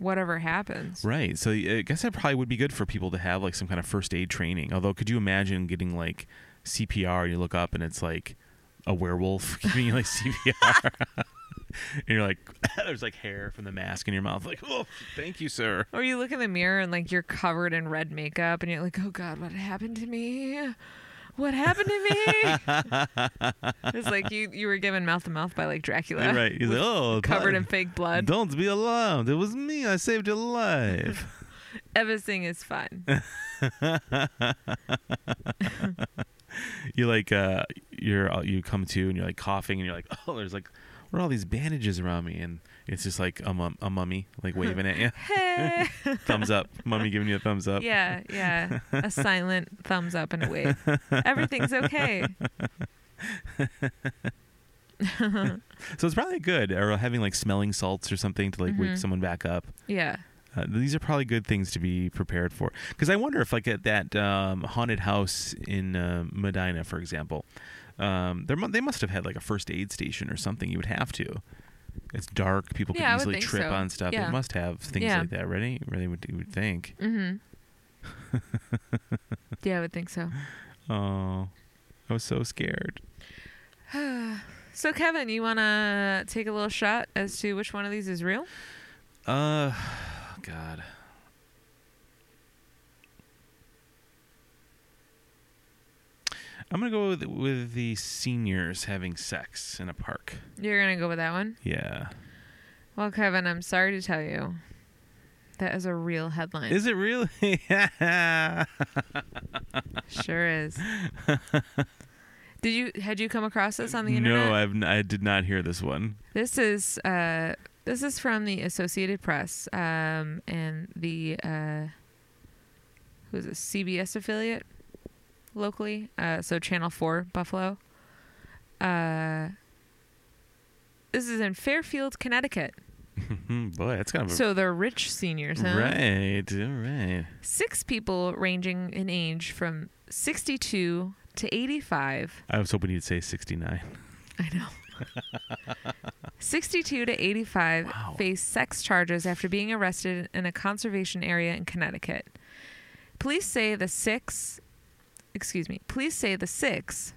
S2: whatever happens.
S1: Right. So I guess that probably would be good for people to have like some kind of first aid training. Although, could you imagine getting like CPR and you look up and it's like a werewolf giving you like CPR? and you're like, there's like hair from the mask in your mouth. Like, oh, thank you, sir.
S2: Or you look in the mirror and like you're covered in red makeup and you're like, oh God, what happened to me? What happened to me? it's like you, you were given mouth to mouth by like Dracula.
S1: right. He's like, oh,
S2: Covered
S1: blood.
S2: in fake blood.
S1: Don't be alarmed. It was me. I saved your life.
S2: Everything is fun.
S1: you like uh you're you come to and you're like coughing and you're like oh there's like what are all these bandages around me and it's just like a, mum- a mummy like waving at you
S2: Hey.
S1: thumbs up mummy giving you a thumbs up
S2: yeah, yeah. A silent thumbs up and a wave. Everything's okay.
S1: so it's probably good or having like smelling salts or something to like wake
S2: Mhm.
S1: someone back up
S2: Yeah.
S1: uh, these are probably good things to be prepared for because i wonder if like at that um, haunted house in uh, medina for example um, there mu- they must have had like a first aid station or something you would have to it's dark people could
S2: Yeah, I would
S1: easily
S2: think
S1: trip
S2: so.
S1: on stuff
S2: Yeah.
S1: they must have things
S2: Yeah.
S1: like that ready really would, you would think
S2: Mm-hmm. yeah, I would think so.
S1: oh i was so scared
S2: So, Kevin, you want to take a little shot as to which one of these is real?
S1: uh god I'm gonna go with, with the seniors having sex in a park.
S2: You're going to go with that one?
S1: Yeah.
S2: Well, Kevin, I'm sorry to tell you. That is a real headline.
S1: Is it really? yeah.
S2: sure is. Did you had you come across this on the internet?
S1: No, I've n- I did not hear this one.
S2: This is uh, this is from the Associated Press um, and the uh, who's a CBS affiliate locally, uh, so Channel Four Buffalo. Uh, this is in Fairfield, Connecticut.
S1: Boy, that's kind of a
S2: So they're rich seniors, huh?
S1: right. All right.
S2: Six people ranging in age from sixty-two to eighty-five.
S1: I was hoping you'd say 69.
S2: I know. 62 to 85
S1: Wow.
S2: face sex charges after being arrested in a conservation area in Connecticut. Police say the six, excuse me, police say the six,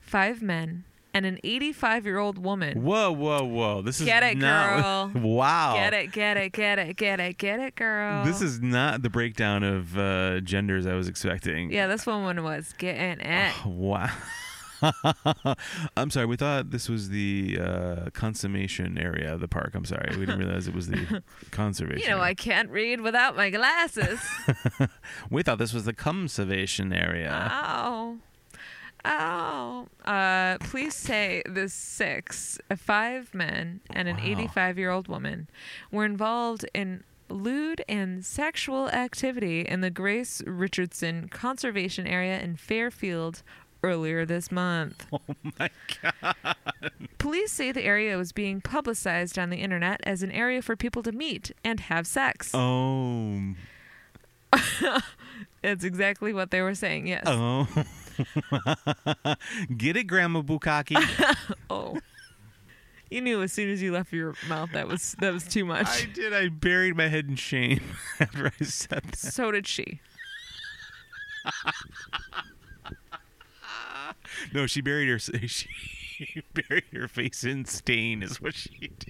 S2: five men, and an 85 year old woman.
S1: Whoa, whoa, whoa! This is
S2: Eh. Get it,
S1: not-
S2: girl.
S1: wow.
S2: Get it, get it, get it, get it, get it, girl.
S1: This is not the breakdown of uh, genders I was expecting.
S2: Yeah, this one was getting it.
S1: Wow. I'm sorry. We thought this was the uh, consummation area of the park. I'm sorry. We didn't realize it was the conservation.
S2: You know, I
S1: area.
S2: can't read without my glasses.
S1: we thought this was the conservation
S2: Ah.
S1: area.
S2: Ow. Ow. Uh, police say the six, five men, and an
S1: Wow.
S2: 85 year old woman were involved in lewd and sexual activity in the Grace Richardson Conservation Area in Fairfield earlier this month. Oh my God. Police say the area was being publicized on the internet as an area for people to meet and have sex.
S1: Oh.
S2: That's exactly what they were saying, yes.
S1: Oh. Get it, Grandma Bukaki.
S2: Oh. You knew as soon as you left your mouth that was that was too much.
S1: I did. I buried my head in shame after I said that.
S2: So did she.
S1: No, she buried her. She buried her face in stain, is what she did.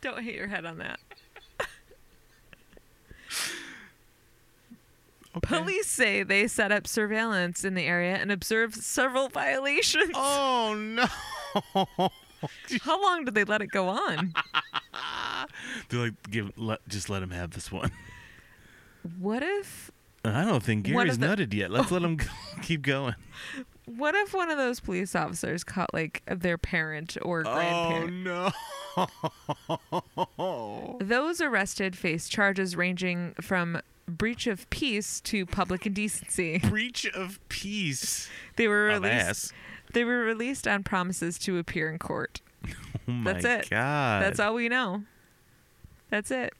S2: Don't hit your head on that.
S1: Okay.
S2: Police say they set up surveillance in the area and observed several violations.
S1: Oh no!
S2: How long did they let it go on?
S1: They're like, give, let, just let him have this one.
S2: what if
S1: I don't think
S2: One
S1: Gary's
S2: of the-
S1: nutted yet. Let's let him keep going.
S2: what if one of those police officers caught like their parent or
S1: Oh,
S2: grandparent?
S1: no!
S2: Those arrested face charges ranging from breach of peace to public indecency.
S1: Breach of peace.
S2: They were
S1: Of
S2: released.
S1: ass.
S2: They were released on promises to appear in court.
S1: Oh my
S2: That's it.
S1: god!
S2: That's all we know. That's it.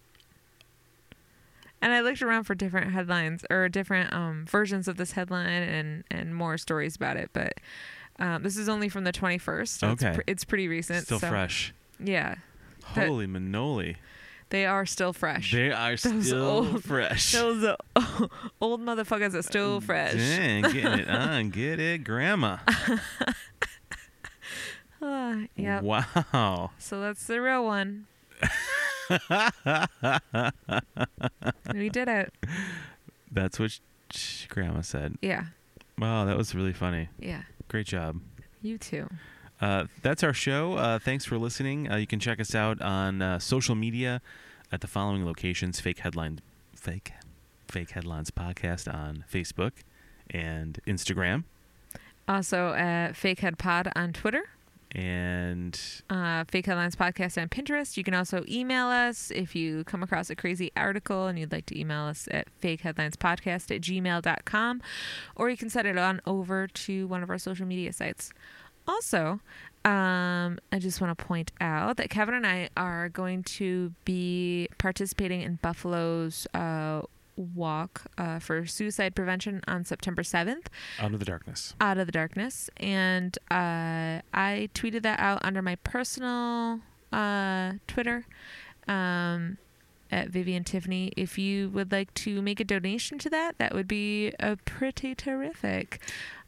S2: And I looked around for different headlines or different um, versions of this headline and and more stories about it, but um, this is only from the 21st. So
S1: Okay.
S2: it's, pr- it's pretty recent.
S1: Still
S2: so-
S1: fresh.
S2: Yeah, But-
S1: Holy manoli!
S2: they are still fresh.
S1: They are still
S2: old-
S1: fresh.
S2: Those uh, old motherfuckers are
S1: Uh,
S2: still fresh.
S1: Dang, getting it on, get it, Grandma.
S2: Ah, yep.
S1: Wow.
S2: So that's the real one. we did it.
S1: That's what sh- sh- Grandma said.
S2: Yeah.
S1: Wow, that was really funny.
S2: Yeah.
S1: Great job.
S2: You too.
S1: Uh, that's our show. Uh, thanks for listening. Uh, you can check us out on uh, social media at the following locations: Fake Headlines, Fake, Fake Headlines Podcast on Facebook and Instagram,
S2: Also at Fake Head Pod on Twitter.
S1: and
S2: uh, Fake Headlines Podcast on Pinterest. You can also email us if you come across a crazy article and you'd like to email us at fakeheadlinespodcast at gmail.com, or you can send it on over to one of our social media sites. Also, um, I just want to point out that Kevin and I are going to be participating in Buffalo's uh, walk uh, for suicide prevention on September 7th
S1: Out of the Darkness.
S2: out of the darkness and uh, i tweeted that out under my personal uh, twitter um, at vivian tiffany if you would like to make a donation to that that would be a pretty terrific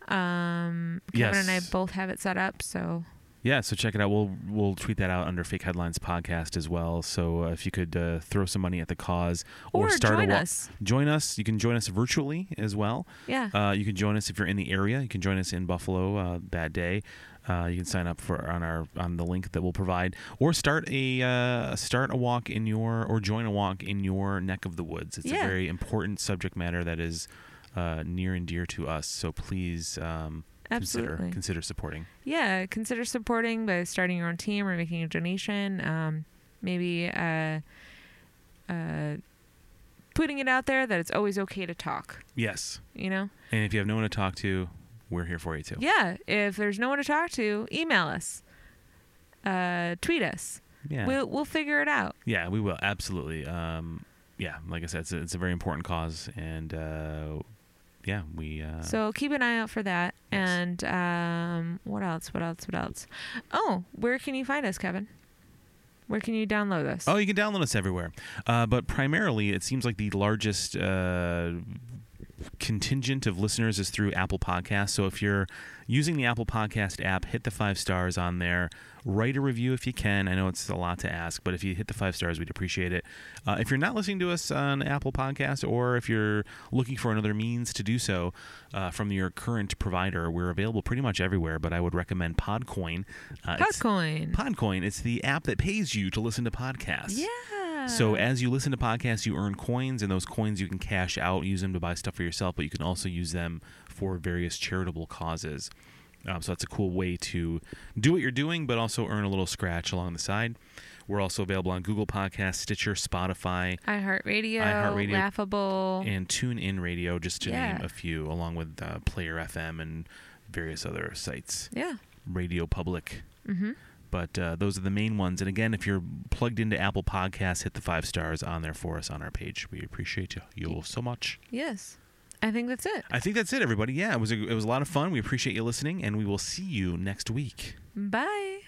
S2: um, kevin and i
S1: Yes.
S2: both have it set up so
S1: Yeah, so check it out. We'll we'll tweet that out under Fake Headlines Podcast as well. So uh, if you could uh, throw some money at the cause or,
S2: or,
S1: start
S2: join
S1: a walk,
S2: us
S1: join us. You can join us virtually as well.
S2: yeah
S1: Uh, you can join us if you're in the area. You can join us in Buffalo uh, that day. Uh, you can sign up for on our on the link that we'll provide, or start a uh, start a walk in your or join a walk in your neck of the woods. It's a
S2: Yeah.
S1: very important subject matter that is uh, near and dear to us. So please um, consider
S2: absolutely
S1: consider supporting.
S2: yeah consider supporting by starting your own team or making a donation um, maybe uh, uh, putting it out there that it's always okay to talk
S1: Yes,
S2: you know
S1: and if you have no one to talk to, we're here for you too.
S2: yeah if there's no one to talk to email us uh, tweet us
S1: Yeah.
S2: we'll, we'll figure it out
S1: Yeah, we will absolutely. Um, yeah, like I said, it's a, it's a very important cause, and uh, yeah, we. Uh,
S2: so keep an eye out for that
S1: Yes.
S2: and um, what else what else what else oh where can you find us kevin where can you download us
S1: oh, you can download us everywhere, uh, but primarily it seems like the largest. Uh, contingent of listeners is through Apple Podcasts. So if you're using the Apple Podcast app, hit the five stars on there. Write a review if you can. I know it's a lot to ask, but if you hit the five stars, we'd appreciate it. Uh, if you're not listening to us on Apple Podcasts, or if you're looking for another means to do so uh, from your current provider, we're available pretty much everywhere. But I would recommend Podcoin. Uh, it's-
S2: Podcoin.
S1: Podcoin. It's the app that pays you to listen to podcasts.
S2: yeah
S1: So as you listen to podcasts, you earn coins, and those coins you can cash out, use them to buy stuff for yourself, but you can also use them for various charitable causes. Um, so that's a cool way to do what you're doing, but also earn a little scratch along the side. We're also available on Google Podcasts, Stitcher, Spotify,
S2: iHeartRadio,
S1: iHeartRadio.
S2: Laughable.
S1: and TuneIn Radio, just to
S2: Yeah.
S1: name a few, along with uh, Player FM and various other sites.
S2: yeah.
S1: Radio Public.
S2: hmm
S1: But uh, those are the main ones. And again, if you're plugged into Apple Podcasts, hit the five stars on there for us on our page. We appreciate you, you so much.
S2: Yes. I think that's it.
S1: I think that's it, everybody. Yeah, it was a, it was a lot of fun. We appreciate you listening, and we will see you next week.
S2: Bye.